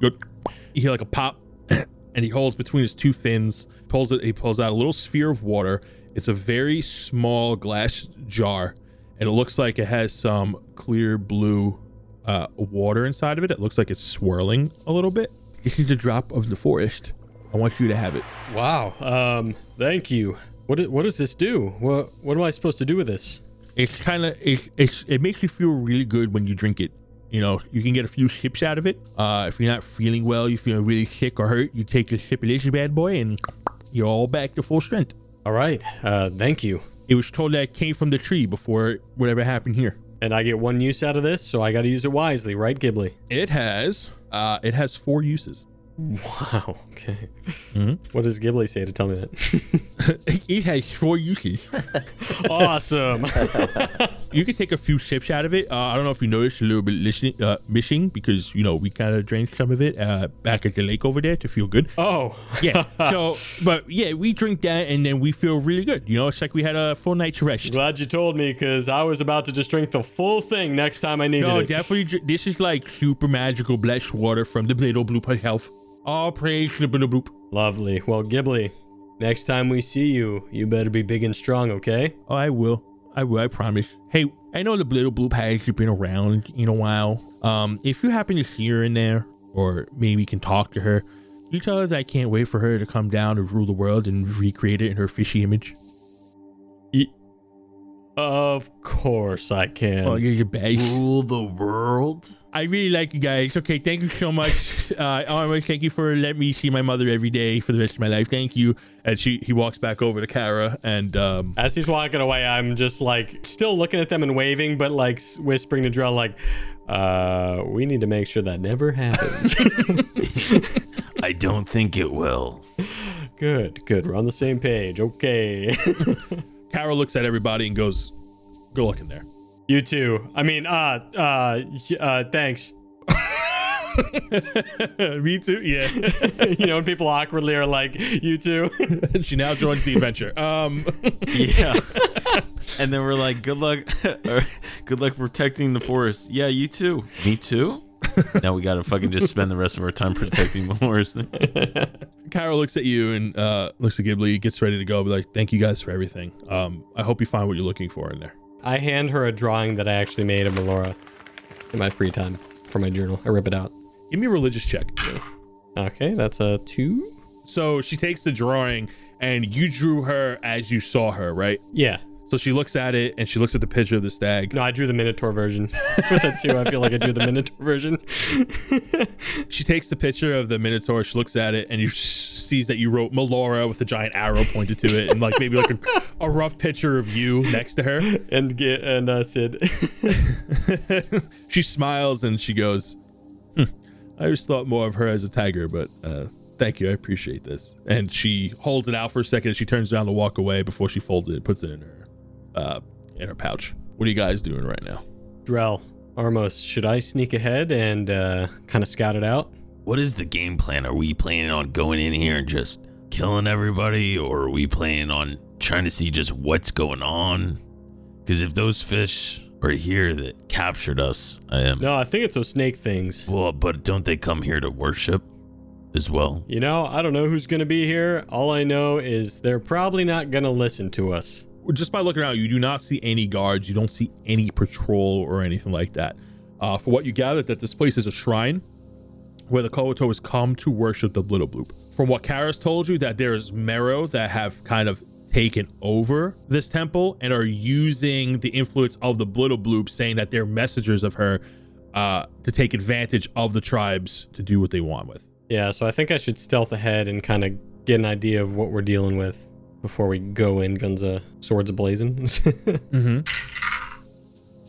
you hear like a pop, and he holds between his two fins. Pulls it. He pulls out a little sphere of water. It's a very small glass jar, and it looks like it has some clear blue uh, water inside of it. It looks like it's swirling a little bit. This is a drop of the forest. I want you to have it.
Wow. Um thank you. What do- what does this do? What what am I supposed to do with this?
It's kind of it's, it's it makes you feel really good when you drink it. You know, you can get a few sips out of it. Uh, if you're not feeling well, you feel really sick or hurt, you take a sip of this bad boy, and you're all back to full strength.
All right. Uh thank you.
It was told that it came from the tree before whatever happened here.
And I get one use out of this, so I got to use it wisely, right, Ghibli?
It has uh, it has four uses.
Wow. Okay. What does Ghibli say to tell me that?
it has four uses.
awesome.
you could take a few sips out of it. Uh, I don't know if you noticed a little bit listening, uh, missing because you know we kind of drained some of it uh, back at the lake over there to feel good.
oh.
Yeah. So, but yeah, we drink that and then we feel really good. You know, it's like we had a full night's rest.
Glad you told me because I was about to just drink the full thing next time I needed
No,
it.
definitely. dr- This is like super magical blessed water from the Blado Bloop Health. All praise the Blado Bloop.
Lovely. Well, Ghibli, next time we see you, you better be big and strong, okay?
Oh, I will. I will. I promise. Hey, I know the Blittle Bloop has been around in a while. Um, if you happen to see her in there, or maybe can talk to her, you tell her that I can't wait for her to come down and rule the world and recreate it in her fishy image.
Of course I can.
Oh, you're your best.
Rule the world?
I really like you guys. Okay, thank you so much, uh, Armor. Thank you for letting me see my mother every day for the rest of my life. Thank you. And she he walks back over to Kara and um,
As he's walking away, I'm just like still looking at them and waving, but like s- whispering to Drell, like, uh, we need to make sure that never happens.
I don't think it will.
good, good. We're on the same page. Okay.
Kara looks at everybody and goes, "Good luck in there."
you too. I mean, uh, uh, y- uh, thanks.
me too. Yeah.
you know, when people awkwardly are like, you too.
she now joins the adventure. Um,
Yeah. and then we're like, good luck, or, good luck protecting the forest. Yeah, you too. Me too. now we gotta fucking just spend the rest of our time protecting the forest.
Kyra looks at you and uh, looks at Ghibli, gets ready to go, be like, "Thank you guys for everything. Um, I hope you find what you're looking for in there."
I hand her a drawing that I actually made of Melora in my free time for my journal. I rip it out.
Give me a religious check.
Okay, that's a two.
So she takes the drawing, and you drew her as you saw her, right?
Yeah.
So she looks at it, and she looks at the picture of the stag.
No, I drew the Minotaur version. With a two, I feel like I drew the Minotaur version.
She takes the picture of the minotaur. She looks at it, and you sees that you wrote Melora with a giant arrow pointed to it, and like maybe like a, a rough picture of you next to her.
And get and uh, Sid.
she smiles and she goes, "Hmm, I always thought more of her as a tiger, but uh, thank you. I appreciate this. And she holds it out for a second. She turns around to walk away before she folds it and puts it in her uh, in her pouch. What are you guys doing right now?
Drell, Armos, should I sneak ahead and uh, kind of scout it out?
What is the game plan? Are we planning on going in here and just killing everybody, or are we planning on trying to see just what's going on? Because if those fish are here that captured us, I am.
No, I think it's those snake things.
Well, but don't they come here to worship as well?
You know, I don't know who's gonna be here. All I know is they're probably not gonna listen to us.
just by looking around, you do not see any guards. You don't see any patrol or anything like that. Uh, for what you gathered, that this place is a shrine where the Koto has come to worship the Little Bloop. From what Karis told you, that there is Mero that have kind of taken over this temple and are using the influence of the Little Bloop, saying that they're messengers of her uh, to take advantage of the tribes to do what they want with.
Yeah, so I think I should stealth ahead and kind of get an idea of what we're dealing with before we go in guns a swords ablazing.
Mm-hmm.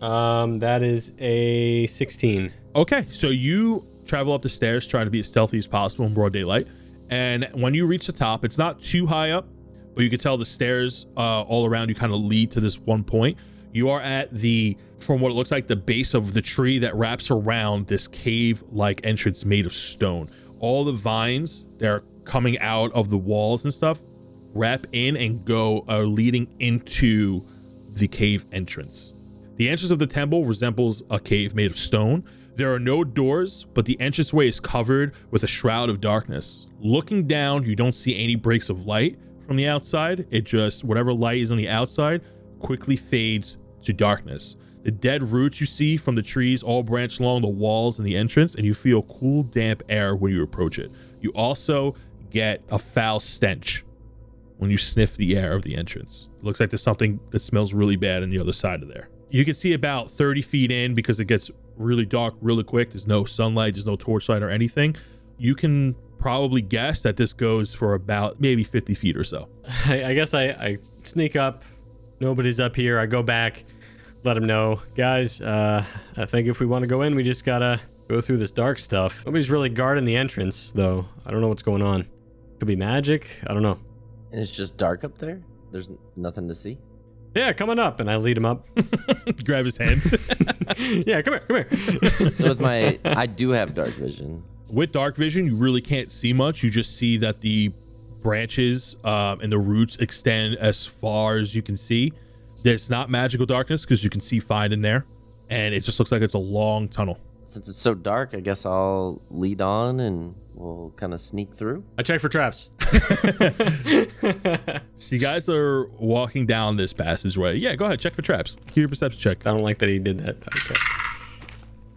um, that is a 16.
Okay, so you travel up the stairs trying to be as stealthy as possible in broad daylight. And when you reach the top, it's not too high up, but you can tell the stairs uh, all around you kind of lead to this one point. You are at the, from what it looks like, the base of the tree that wraps around this cave like entrance made of stone. All the vines that are coming out of the walls and stuff wrap in and go, are leading into the cave entrance. The entrance of the temple resembles a cave made of stone. There are no doors, but the entranceway is covered with a shroud of darkness. Looking down, you don't see any breaks of light from the outside. It just, whatever light is on the outside, quickly fades to darkness. The dead roots you see from the trees all branch along the walls and the entrance, and you feel cool, damp air when you approach it. You also get a foul stench when you sniff the air of the entrance. It looks like there's something that smells really bad on the other side of there. You can see about 30 feet in because it gets really dark really quick. There's no sunlight, there's no torchlight or anything. You can probably guess that this goes for about maybe 50 feet or so.
I, I guess I, I sneak up. Nobody's up here. I go back, let them know, guys. Uh, I think if we want to go in, we just gotta go through this dark stuff. Nobody's really guarding the entrance, though. I don't know what's going on. Could be magic. I don't know.
And it's just dark up there. There's n- nothing to see.
Yeah, coming up, and I lead him up.
Grab his hand.
yeah, come here, come here.
So with my, I do have dark vision.
with dark vision you really can't see much you just see that the branches um, and the roots extend as far as you can see there's not magical darkness because you can see fine in there and it just looks like it's a long tunnel
Since it's so dark, I guess I'll lead on and we'll kind of sneak through.
I check for traps.
so you guys are walking down this passageway yeah go ahead check for traps Give your perception check
I don't like that he did that. Okay.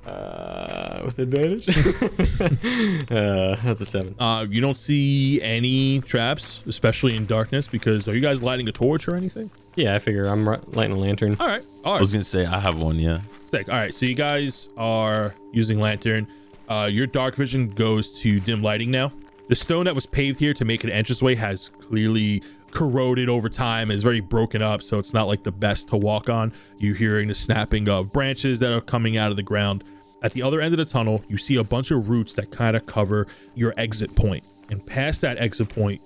Uh, with advantage. uh, that's a seven.
uh, you don't see any traps especially in darkness because are you guys lighting a torch or anything
Yeah, I figure I'm ri- lighting a lantern.
all right all
I
right
was gonna say I have one. Yeah.
Sick. All right, so you guys are using lantern. Uh, your dark vision goes to dim lighting now. The stone that was paved here to make an entranceway has clearly corroded over time and is very broken up, so it's not like the best to walk on. You're hearing the snapping of branches that are coming out of the ground. At the other end of the tunnel, you see a bunch of roots that kind of cover your exit point. And past that exit point,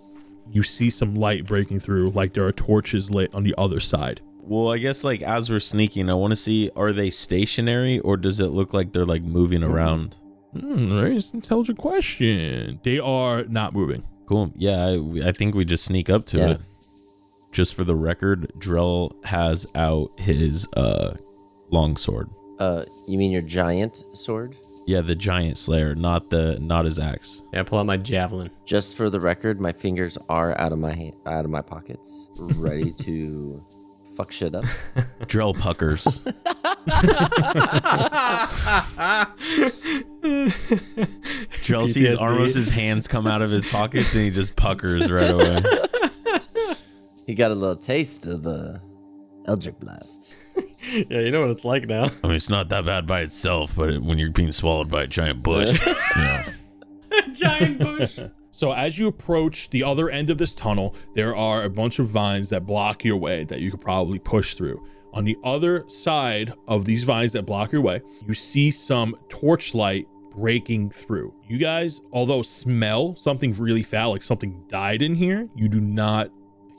you see some light breaking through, like there are torches lit on the other side.
Well, I guess like as we're sneaking, I want to see are they stationary or does it look like they're like moving around?
Hmm, very intelligent question. They are not moving.
Cool. Yeah, I, we- I think we just sneak up to
Yeah.
it. Just for the record, Drell has out his uh longsword.
Uh, you mean your giant sword?
Yeah, the giant slayer, not the not his axe.
Yeah, I pull out my javelin.
Just for the record, my fingers are out of my hand, out of my pockets, ready to fuck shit up.
Drell puckers. Drell sees
PTSD.
Armos's hands come out of his pockets and he just puckers right away.
He got a little taste of the Eldritch Blast.
Yeah, you know what it's like now.
I mean, it's not that bad by itself, but it, when you're being swallowed by a giant bush, it's, you know.
Giant bush.
So as you approach the other end of this tunnel, there are a bunch of vines that block your way that you could probably push through. On the other side of these vines that block your way, you see some torchlight breaking through. You guys, although smell something really foul, like something died in here, you do not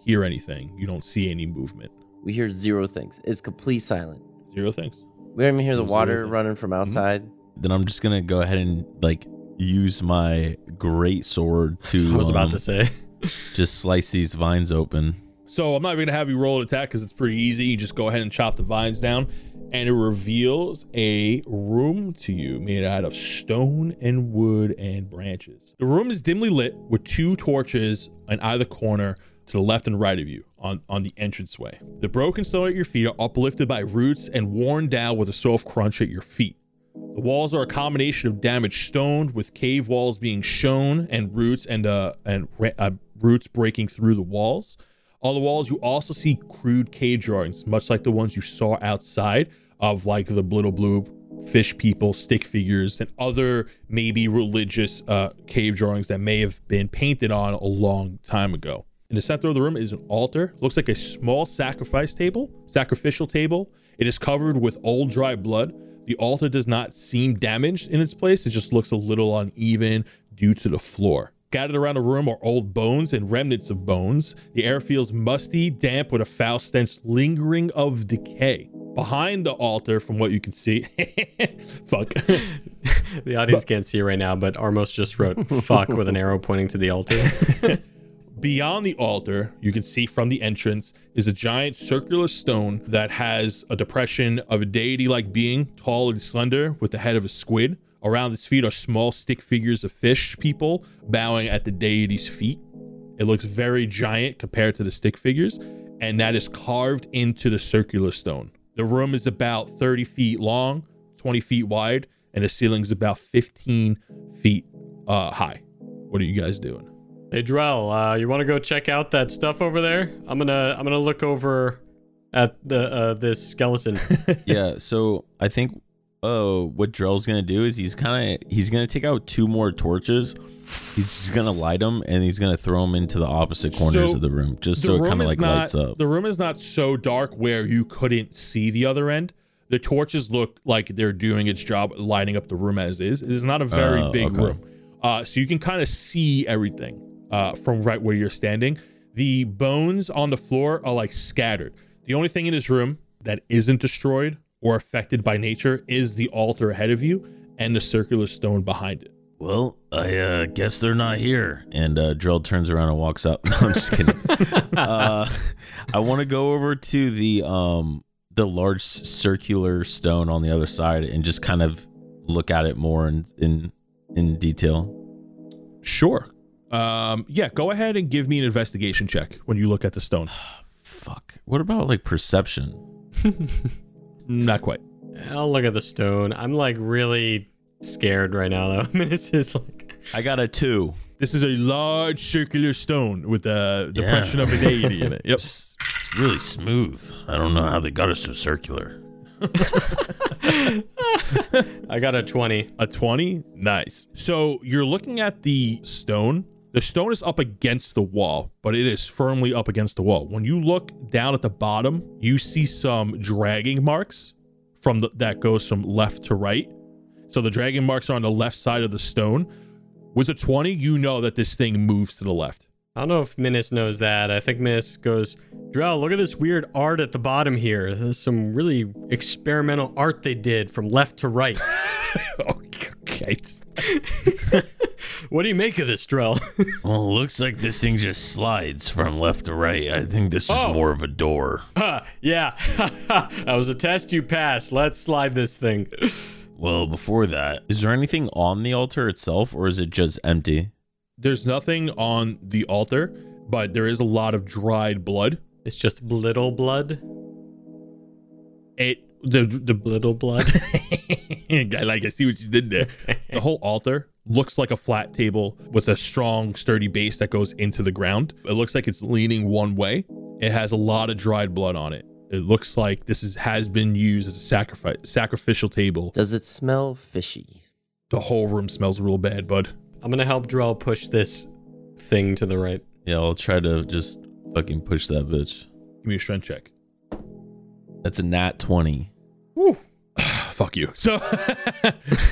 hear anything. You don't see any movement.
We hear zero things. It's complete silent.
Zero things.
We don't even hear the
There's
water
zero thing.
running from outside.
then I'm just gonna go ahead and like use my great sword to
I was
um,
about to say.
just slice these vines open.
So I'm not even gonna have you roll an attack because it's pretty easy. You just go ahead and chop the vines down, and it reveals a room to you made out of stone and wood and branches. The room is dimly lit with two torches in either corner to the left and right of you on, on the entranceway. The broken stone at your feet are uplifted by roots and worn down with a soft crunch at your feet. The walls are a combination of damaged stone, with cave walls being shown and roots and uh and ra- uh, roots breaking through the walls. On the walls, you also see crude cave drawings, much like the ones you saw outside of like the little blue fish people, stick figures, and other maybe religious uh, cave drawings that may have been painted on a long time ago. In the center of the room is an altar. Looks like a small sacrifice table, sacrificial table. It is covered with old dry blood. The altar does not seem damaged in its place. It just looks a little uneven due to the floor. Scattered around the room are old bones and remnants of bones. The air feels musty, damp, with a foul stench lingering of decay. Behind the altar, from what you can see, fuck.
The audience can't see right now, but Armos just wrote fuck with an arrow pointing to the altar.
Beyond the altar, you can see from the entrance is a giant circular stone that has a depression of a deity like being, tall and slender, with the head of a squid. Around his feet are small stick figures of fish people bowing at the deity's feet. It looks very giant compared to the stick figures, and that is carved into the circular stone. The room is about 30 feet long, 20 feet wide, and the ceiling's about 15 feet uh, high. What are you guys doing?
Hey Drell, uh, you want to go check out that stuff over there? I'm gonna I'm gonna look over at the uh, this skeleton.
yeah so i think uh what drell's gonna do is he's kind of he's gonna take out two more torches he's just gonna light them and he's gonna throw them into the opposite corners
So,
of the room just so it kind of
is
like
not,
lights up
The room is not so dark where you couldn't see the other end. The torches look like they're doing its job lighting up the room as is. It is not a very
Oh,
big
okay.
room. Uh, so you can kind of see everything uh, from right where you're standing. The bones on the floor are like scattered. The only thing in this room that isn't destroyed or affected by nature is the altar ahead of you and the circular stone behind it.
well i uh guess they're not here and uh drell turns around and walks out no, i'm just kidding uh i want to go over to the um the large circular stone on the other side and just kind of look at it more in in in detail
Sure. Um, yeah, go ahead and give me an investigation check when you look at the stone.
fuck what about like perception
Not quite.
I'll look at the stone. I'm like really scared right now though. Minus is like
I got a two.
This is a large circular stone with a depression of a deity in it. Yep.
It's, it's really smooth. I don't know how they got it so circular.
I got a twenty.
A 20? Nice. So you're looking at the stone. The stone is up against the wall, but it is firmly up against the wall. When you look down at the bottom, you see some dragging marks from the, that goes from left to right. So the dragging marks are on the left side of the stone. With a 20, you know that this thing moves to the left.
I don't know if Minus knows that. I think Minus goes, Drell, look at this weird art at the bottom here. There's some really experimental art they did from left to right.
Okay.
what do you make of this, Drell?
Well, it looks like this thing just slides from left to right. I think this is more of a door.
"Huh, yeah, that was a test you passed. Let's slide this thing.
Well, before that, is there anything on the altar itself or is it just empty?
There's nothing on the altar, but there is a lot of dried blood.
It's just little blood.
It the the
Little blood.
I like I see what you did there. The whole altar looks like a flat table with a strong, sturdy base that goes into the ground. It looks like it's leaning one way. It has a lot of dried blood on it. It looks like this is, has been used as a sacrifice sacrificial table.
Does it smell fishy?
The whole room smells real bad, bud.
I'm gonna help Drell push this thing to the right.
Yeah, I'll try to just fucking push that bitch.
Give me a strength check.
That's a nat 20.
Fuck you. So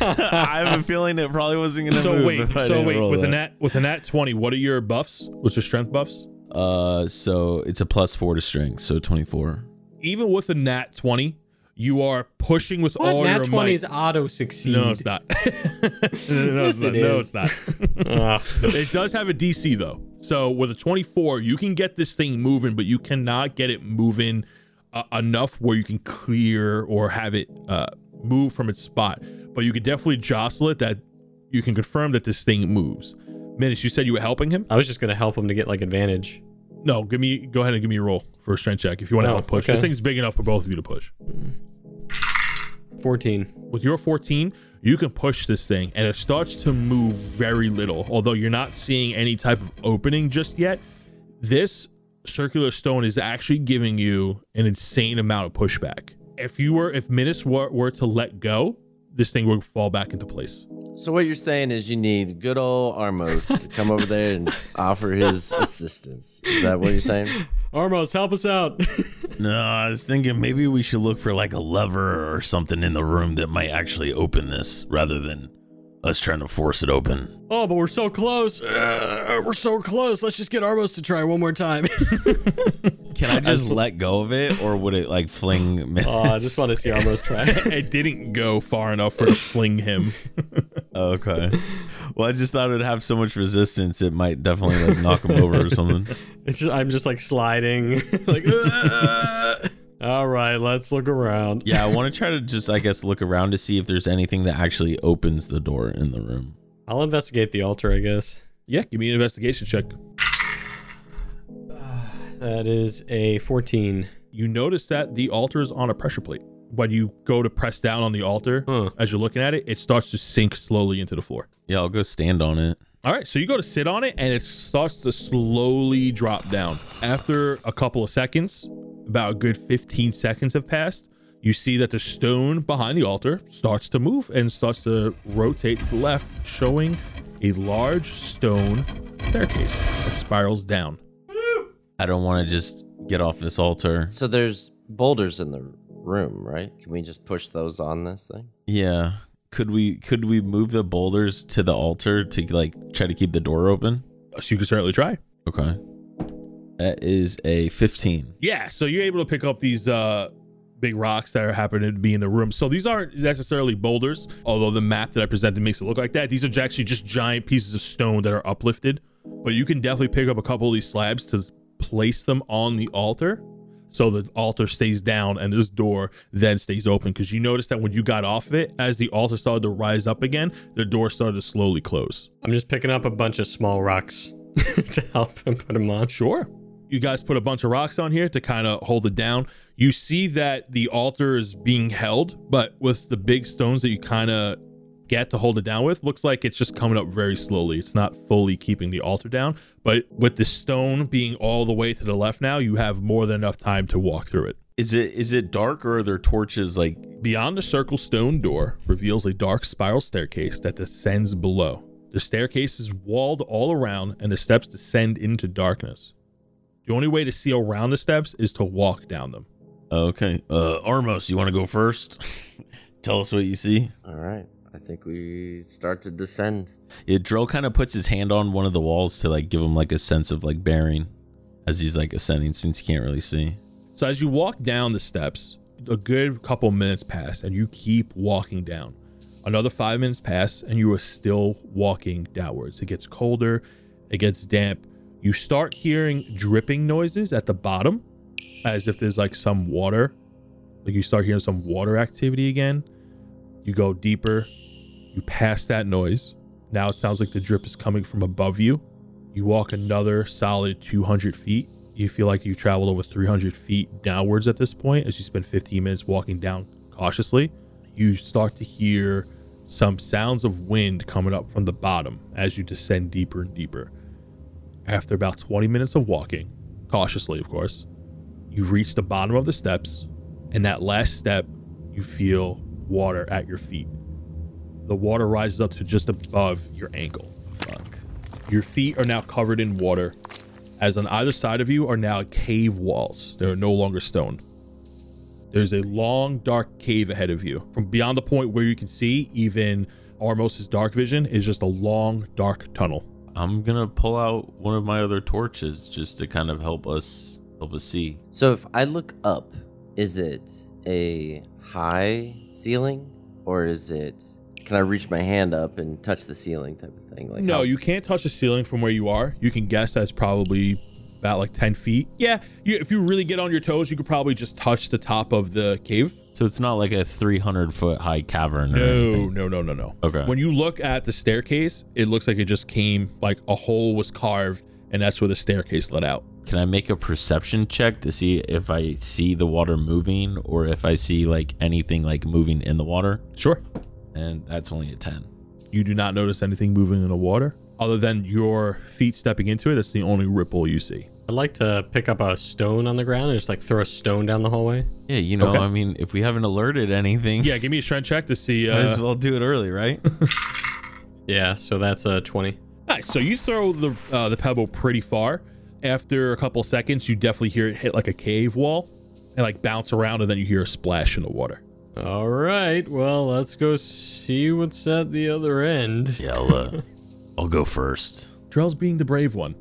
I have a feeling it probably wasn't going to
so wait, so wait, with a nat with a nat 20, what are your buffs? What's your strength buffs?
Uh, so it's a plus four to strength, so 24.
even with a nat 20, you are pushing with all
Nat
your
20 is
might.
auto succeed.
No, it's not. no, no, it's
Yes,
not.
it
No, it's
is.
not.
Ugh.
it does have a DC though. So with a 24, you can get this thing moving, but you cannot get it moving uh, enough where you can clear or have it uh, move from its spot. But you could definitely jostle it that you can confirm that this thing moves. Minus, you said you were helping him?
I was just gonna help him to get like advantage.
No, give me go ahead and give me a roll for a strength check if you want to
Oh,
help push.
okay.
This thing's big enough for both of you to push.
14.
with your 14 you can push this thing and it starts to move very little although you're not seeing any type of opening just yet this circular stone is actually giving you an insane amount of pushback if you were if minus were, were to let go this thing will fall back into place.
So what you're saying is you need good old Armos to come over there and offer his assistance. Is that what you're saying?
Armos, help us out.
No, I was thinking maybe we should look for like a lever or something in the room that might actually open this rather than us trying to force it open.
oh, but we're so close. Uh, we're so close. Let's just get Armos to try one more time.
Can I just let go of it or would it like fling?
oh, I just want to see Armos try.
It didn't go far enough for to fling him.
Okay. Well, I just thought it'd have so much resistance it might definitely like knock him over or something.
It's just, I'm just like sliding. like, uh. all right, let's look around.
Yeah, I want to try to just I guess look around to see if there's anything that actually opens the door in the room.
I'll investigate the altar, I guess.
Yeah, give me an investigation check.
That is a 14.
You notice that the altar is on a pressure plate. When you go to press down on the altar,
Huh.
as you're looking at it, it starts to sink slowly into the floor.
Yeah, I'll go stand on it.
All right, so you go to sit on it and it starts to slowly drop down. After a couple of seconds, about a good 15 seconds have passed, you see that the stone behind the altar starts to move and starts to rotate to the left, showing a large stone staircase that spirals down.
I don't want to just get off this altar.
So there's boulders in the room, right? Can we just push those on this thing?
Yeah. Could we could we move the boulders to the altar to like try to keep the door open?
So you can certainly try.
Okay. That is a 15.
Yeah, so you're able to pick up these uh big rocks that are happening to be in the room. So these aren't necessarily boulders, although the map that I presented makes it look like that. These are actually just giant pieces of stone that are uplifted. But you can definitely pick up a couple of these slabs to place them on the altar. So the altar stays down and this door then stays open. Because you notice that when you got off of it, as the altar started to rise up again, the door started to slowly close.
I'm just picking up a bunch of small rocks to help and put them on.
Sure. You guys put a bunch of rocks on here to kind of hold it down. You see that the altar is being held, but with the big stones that you kind of get to hold it down with, looks like it's just coming up very slowly. It's not fully keeping the altar down, but with the stone being all the way to the left now, you have more than enough time to walk through it.
Is it is it dark or are there torches like
Beyond the circle stone door reveals a dark spiral staircase that descends below. The staircase is walled all around and the steps descend into darkness. The only way to see around the steps is to walk down them.
Okay. Uh Armos, you want to go first? Tell us what you see.
All right. I think we start to descend.
Yeah, Drill kind of puts his hand on one of the walls to like give him like a sense of like bearing as he's like ascending since he can't really see.
So as you walk down the steps, a good couple minutes pass and you keep walking down. Another five minutes pass and you are still walking downwards. It gets colder, it gets damp. You start hearing dripping noises at the bottom, as if there's like some water. Like you start hearing some water activity again. You go deeper, you pass that noise. Now it sounds like the drip is coming from above you. You walk another solid 200 feet. You feel like you traveled over 300 feet downwards at this point as you spend 15 minutes walking down cautiously. You start to hear some sounds of wind coming up from the bottom as you descend deeper and deeper. After about 20 minutes of walking, cautiously, of course, you reach the bottom of the steps, and that last step, you feel water at your feet. The water rises up to just above your ankle.
Fuck.
Your feet are now covered in water, as on either side of you are now cave walls. They are no longer stone. There's a long, dark cave ahead of you. From beyond the point where you can see, even Armos' dark vision is just a long, dark tunnel.
I'm gonna pull out one of my other torches just to kind of help us help us see.
So if I look up, is it a high ceiling or is it can I reach my hand up and touch the ceiling type of thing? Like
no,
how-
you can't touch the ceiling from where you are. You can guess that's probably about like 10 feet. Yeah, you, if you really get on your toes, you could probably just touch the top of the cave.
So it's not like a 300 foot high cavern. Or
No,
anything.
no, no, no, no.
Okay.
When you look at the staircase, it looks like it just came like a hole was carved, and that's where the staircase led out.
Can I make a perception check to see if I see the water moving or if I see like anything like moving in the water?
Sure.
And that's only a 10.
You do not notice anything moving in the water other than your feet stepping into it. That's the only ripple you see.
I'd like to pick up a stone on the ground and just like throw a stone down the hallway.
Yeah, you know,
Okay.
I mean, if we haven't alerted anything,
Yeah, give me a strength check to see.
might as
Uh,
well do it early, right?
Yeah, so that's a 20.
nice. So you throw the uh, the pebble pretty far. After a couple seconds, you definitely hear it hit like a cave wall and like bounce around, and then you hear a splash in the water.
All right, well, let's go see what's at the other end.
yeah, I'll, uh, I'll go first.
Drell's being the brave one.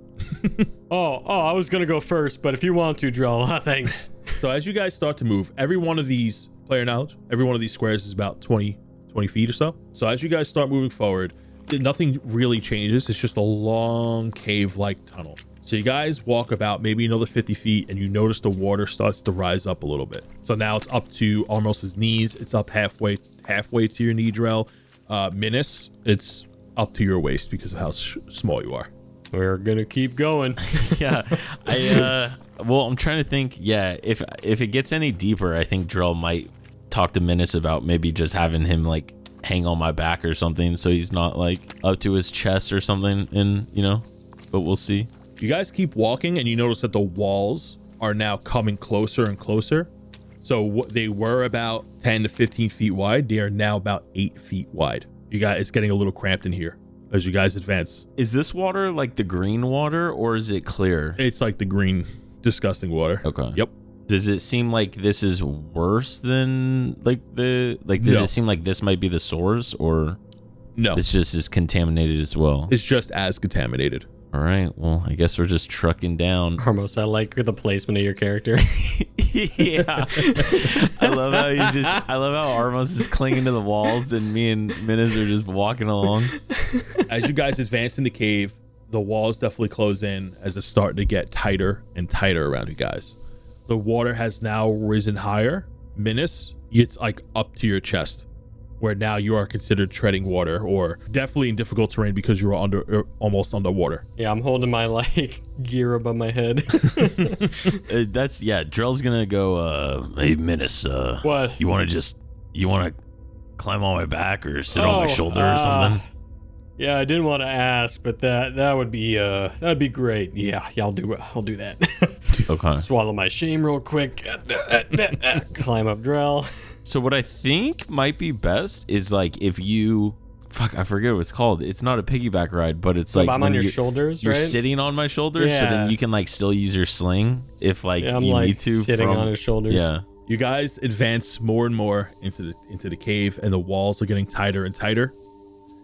Oh, oh, I was gonna go first, but if you want to, Drell, thanks.
So as you guys start to move, every one of these player knowledge, every one of these squares is about 20, 20 feet or so. So as you guys start moving forward, nothing really changes. It's just a long cave-like tunnel. So you guys walk about maybe another 50 feet and you notice the water starts to rise up a little bit. So now it's up to Armos's knees. It's up halfway halfway to your knee drill. Uh, Minis, it's up to your waist because of how sh- small you are.
We're gonna keep going.
yeah, I. uh Well, I'm trying to think. Yeah, if if it gets any deeper, I think Drell might talk to Menace about maybe just having him like hang on my back or something, so he's not like up to his chest or something, and you know. But we'll see.
You guys keep walking, and you notice that the walls are now coming closer and closer. So what they were about 10 to 15 feet wide, they are now about eight feet wide. You guys, it's getting a little cramped in here as you guys advance.
Is this water like the green water or is it clear?
It's like the green, disgusting water.
Okay.
Yep.
Does it seem like this is worse than like the like? Does
No.
it seem like this might be the source or
No,
it's just as contaminated as well?
it's just as contaminated.
All right. Well, I guess we're just trucking down.
Harmos, I like the placement of your character.
yeah. I love how he's just I love how Armos is clinging to the walls and me and Minas are just walking along.
as you guys advance in the cave, the walls definitely close in as it's starting to get tighter and tighter around you guys. The water has now risen higher. Minas, it's like up to your chest, where now you are considered treading water or definitely in difficult terrain because you are under er, almost underwater.
yeah, I'm holding my like gear above my head.
Uh, that's yeah, Drell's gonna go, uh hey Minas, uh
What?
you wanna just you wanna climb on my back or sit on
Oh,
my shoulder
uh,
or something?
yeah, I didn't want to ask, but that that would be uh that'd be great. Yeah, yeah, I'll do I'll do that.
Okay.
Swallow my shame real quick. Climb up Drell.
So what I think might be best is like if you fuck, I forget what it's called. It's not a piggyback ride, but it's like
I'm
when
on your
you-
shoulders,
You're
right?
sitting on my shoulder, so
Yeah.
then you can like still use your sling if like
yeah, I'm
you
like
need to.
sitting
from-
on his shoulders.
Yeah.
You guys advance more and more into the into the cave, and the walls are getting tighter and tighter.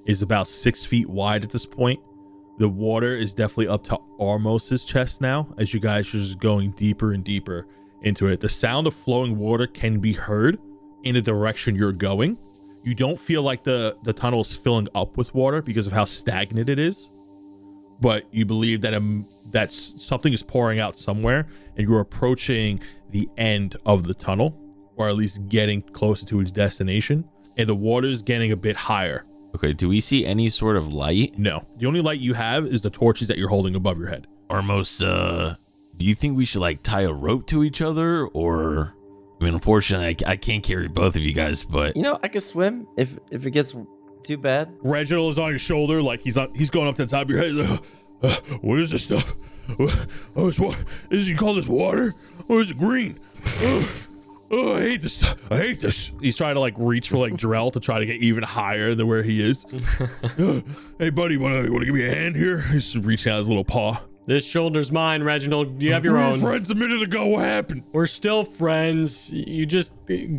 It's about six feet wide at this point. The water is definitely up to Armos's chest now, as you guys are just going deeper and deeper into it. The sound of flowing water can be heard in the direction you're going. You don't feel like the the tunnel is filling up with water because of how stagnant it is, but you believe that um that s- something is pouring out somewhere, and you're approaching the end of the tunnel, or at least getting closer to its destination. And the water is getting a bit higher.
Okay. Do we see any sort of light?
No, the only light you have is the torches that you're holding above your head.
Armos, uh, do you think we should like tie a rope to each other, or? I mean, unfortunately, I, I can't carry both of you guys, but
You know, I could swim if if it gets too bad.
Reginald is on your shoulder, like he's on, he's going up to the top of your head. like, "Uh, what is this stuff? Uh, Oh, it's water. Is you call this water? Or is it green? Oh, oh, I hate this. stuff. I hate this. He's trying to like reach for like Drell to try to get even higher than where he is. Uh, hey, buddy, wanna wanna give me a hand here? He's reaching out his little paw.
This shoulder's mine, Reginald. You have
We
your
were
own.
friends a minute ago. What happened?
We're still friends. You just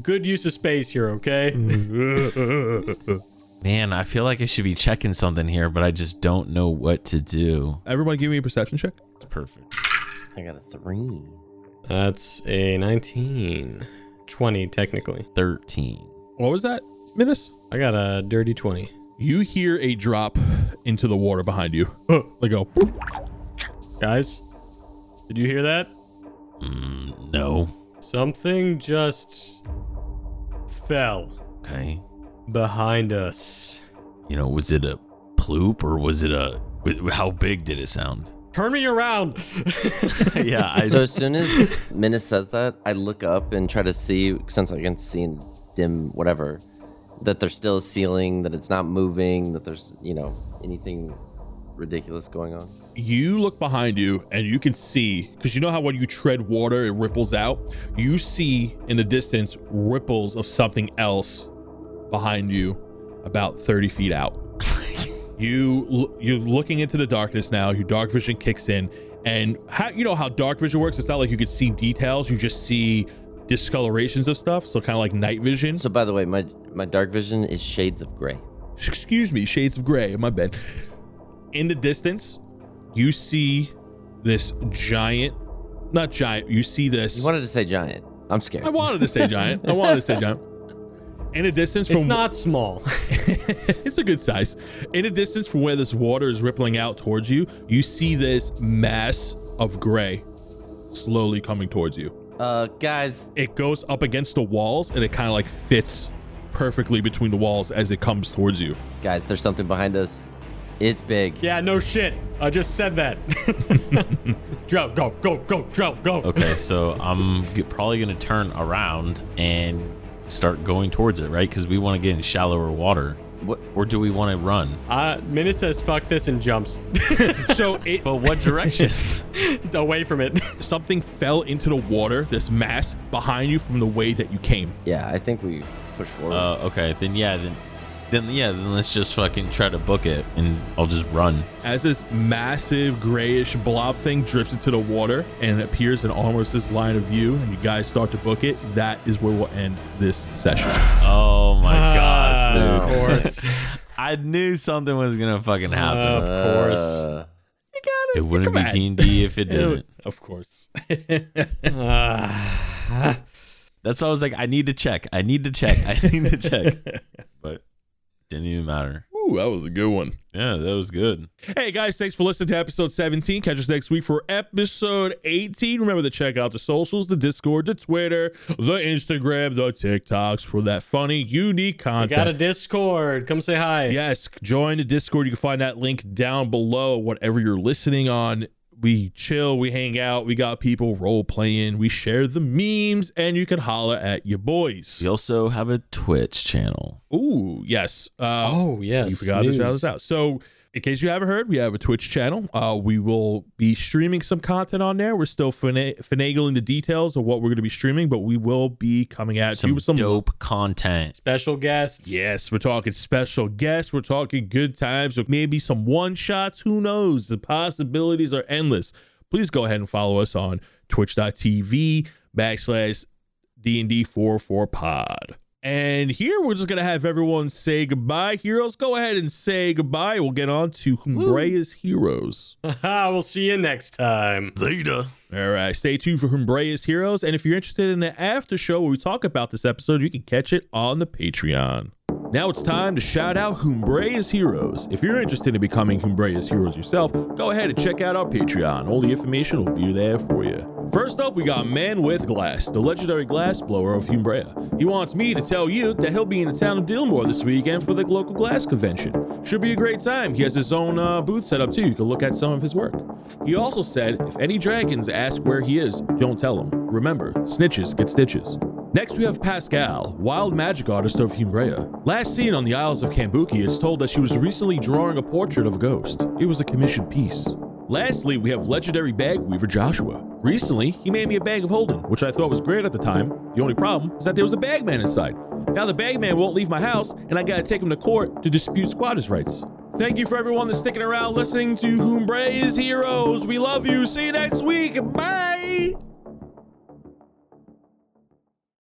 good use of space here, okay?
Mm-hmm. man, I feel like I should be checking something here, but I just don't know what to do.
Everybody, give me a perception check.
That's perfect.
I got a three.
That's a 19. 20 technically.
Thirteen.
What was that, Minus?
I got a dirty 20.
You hear a drop into the water behind you. Like go.
Guys, did you hear that?
No.
Something just fell
Okay.
behind us.
You know, was it a ploop or was it a? wh- How big did it sound?
Turn me around.
yeah. I,
So as soon as Minna says that, I look up and try to see since I can see in dim whatever that there's still a ceiling, that it's not moving, that there's you know anything ridiculous going on?
you look behind you and you can see because you know how when you tread water it ripples out you see in the distance ripples of something else behind you about 30 feet out you l- you're looking into the darkness now your dark vision kicks in and how you know how dark vision works it's not like you could see details you just see discolorations of stuff so kind of like night vision
So, by the way, my my dark vision is shades of gray.
excuse me, shades of gray in my bed. In the distance, you see this giant, not giant, you see this.
You wanted to say giant. I'm scared.
I wanted to say giant. I wanted to say giant. In a distance from
It's not small.
it's a good size. In a distance from where this water is rippling out towards you, you see this mass of gray slowly coming towards you.
Uh, guys,
It goes up against the walls and it kind of like fits perfectly between the walls as it comes towards you.
guys, there's something behind us. It's big.
yeah, no shit. I just said that. Drill, go, go, go, drill, go.
Okay, so I'm g- probably gonna turn around and start going towards it, right? Because we want to get in shallower water,
What?
or do we want to run?
Uh, Minute says fuck this and jumps
So it
But what direction?
away from it.
something fell into the water, this mass behind you from the way that you came.
Yeah, I think we push forward.
uh, okay, then yeah, then then yeah, then let's just fucking try to book it, and I'll just run.
As this massive grayish blob thing drips into the water and appears in almost this line of view, and you guys start to book it, that is where we'll end this session.
Oh my gosh, dude!
Uh, of course.
I knew something was gonna fucking happen.
of course.
Uh,
it wouldn't be D and D if it didn't.
Of course.
That's why I was like, I need to check. I need to check. I need to check. But didn't even matter.
Ooh, that was a good one.
Yeah, that was good.
Hey guys, thanks for listening to episode 17. Catch us next week for episode 18. Remember to check out the socials, the Discord, the Twitter, the Instagram, the TikToks for that funny, unique
I
content.
got a Discord. Come say hi.
Yes, join the Discord. You can find that link down below. Whatever you're listening on, we chill, we hang out, we got people role playing, we share the memes, and you can holler at your boys.
We also have a Twitch channel.
Ooh, yes. Uh,
Oh, yes.
you forgot to shout
news.
this out. So, in case you haven't heard, we have a Twitch channel. Uh, we will be streaming some content on there. We're still fina- finagling the details of what we're going to be streaming, but we will be coming at you
Some
with some
dope content.
Special guests.
Yes, we're talking special guests. We're talking good times with maybe some one shots. Who knows? The possibilities are endless. Please go ahead and follow us on twitch.tv backslash DND44pod. And here we're just going to have everyone say goodbye. Heroes, go ahead and say goodbye. We'll get on to Humbrea's Heroes.
we'll see you next time.
Later.
All right, stay tuned for Humbrea's Heroes. And if you're interested in the after show where we talk about this episode, you can catch it on the Patreon. Now it's time to shout out Humbrea's Heroes. If you're interested in becoming Humbrea's Heroes yourself, go ahead and check out our Patreon. All the information will be there for you. First up, we got Man with Glass, the legendary glass blower of Humbrea. He wants me to tell you that he'll be in the town of Dillmore this weekend for the local glass convention. Should be a great time. He has his own uh, booth set up too. You can look at some of his work. He also said, if any dragons ask where he is, don't tell them. Remember, snitches get stitches. Next, we have Pascal, wild magic artist of Humbrea. Last seen on the Isles of Kambuki, it's told that she was recently drawing a portrait of a ghost. It was a commissioned piece. Lastly, we have legendary bag weaver Joshua. Recently, he made me a bag of holding, which I thought was great at the time. The only problem is that there was a bagman inside. Now the bagman won't leave my house, and I gotta take him to court to dispute squatters' rights. Thank you for everyone that's sticking around listening to Humbrea's Heroes. We love you. See you next week. Bye.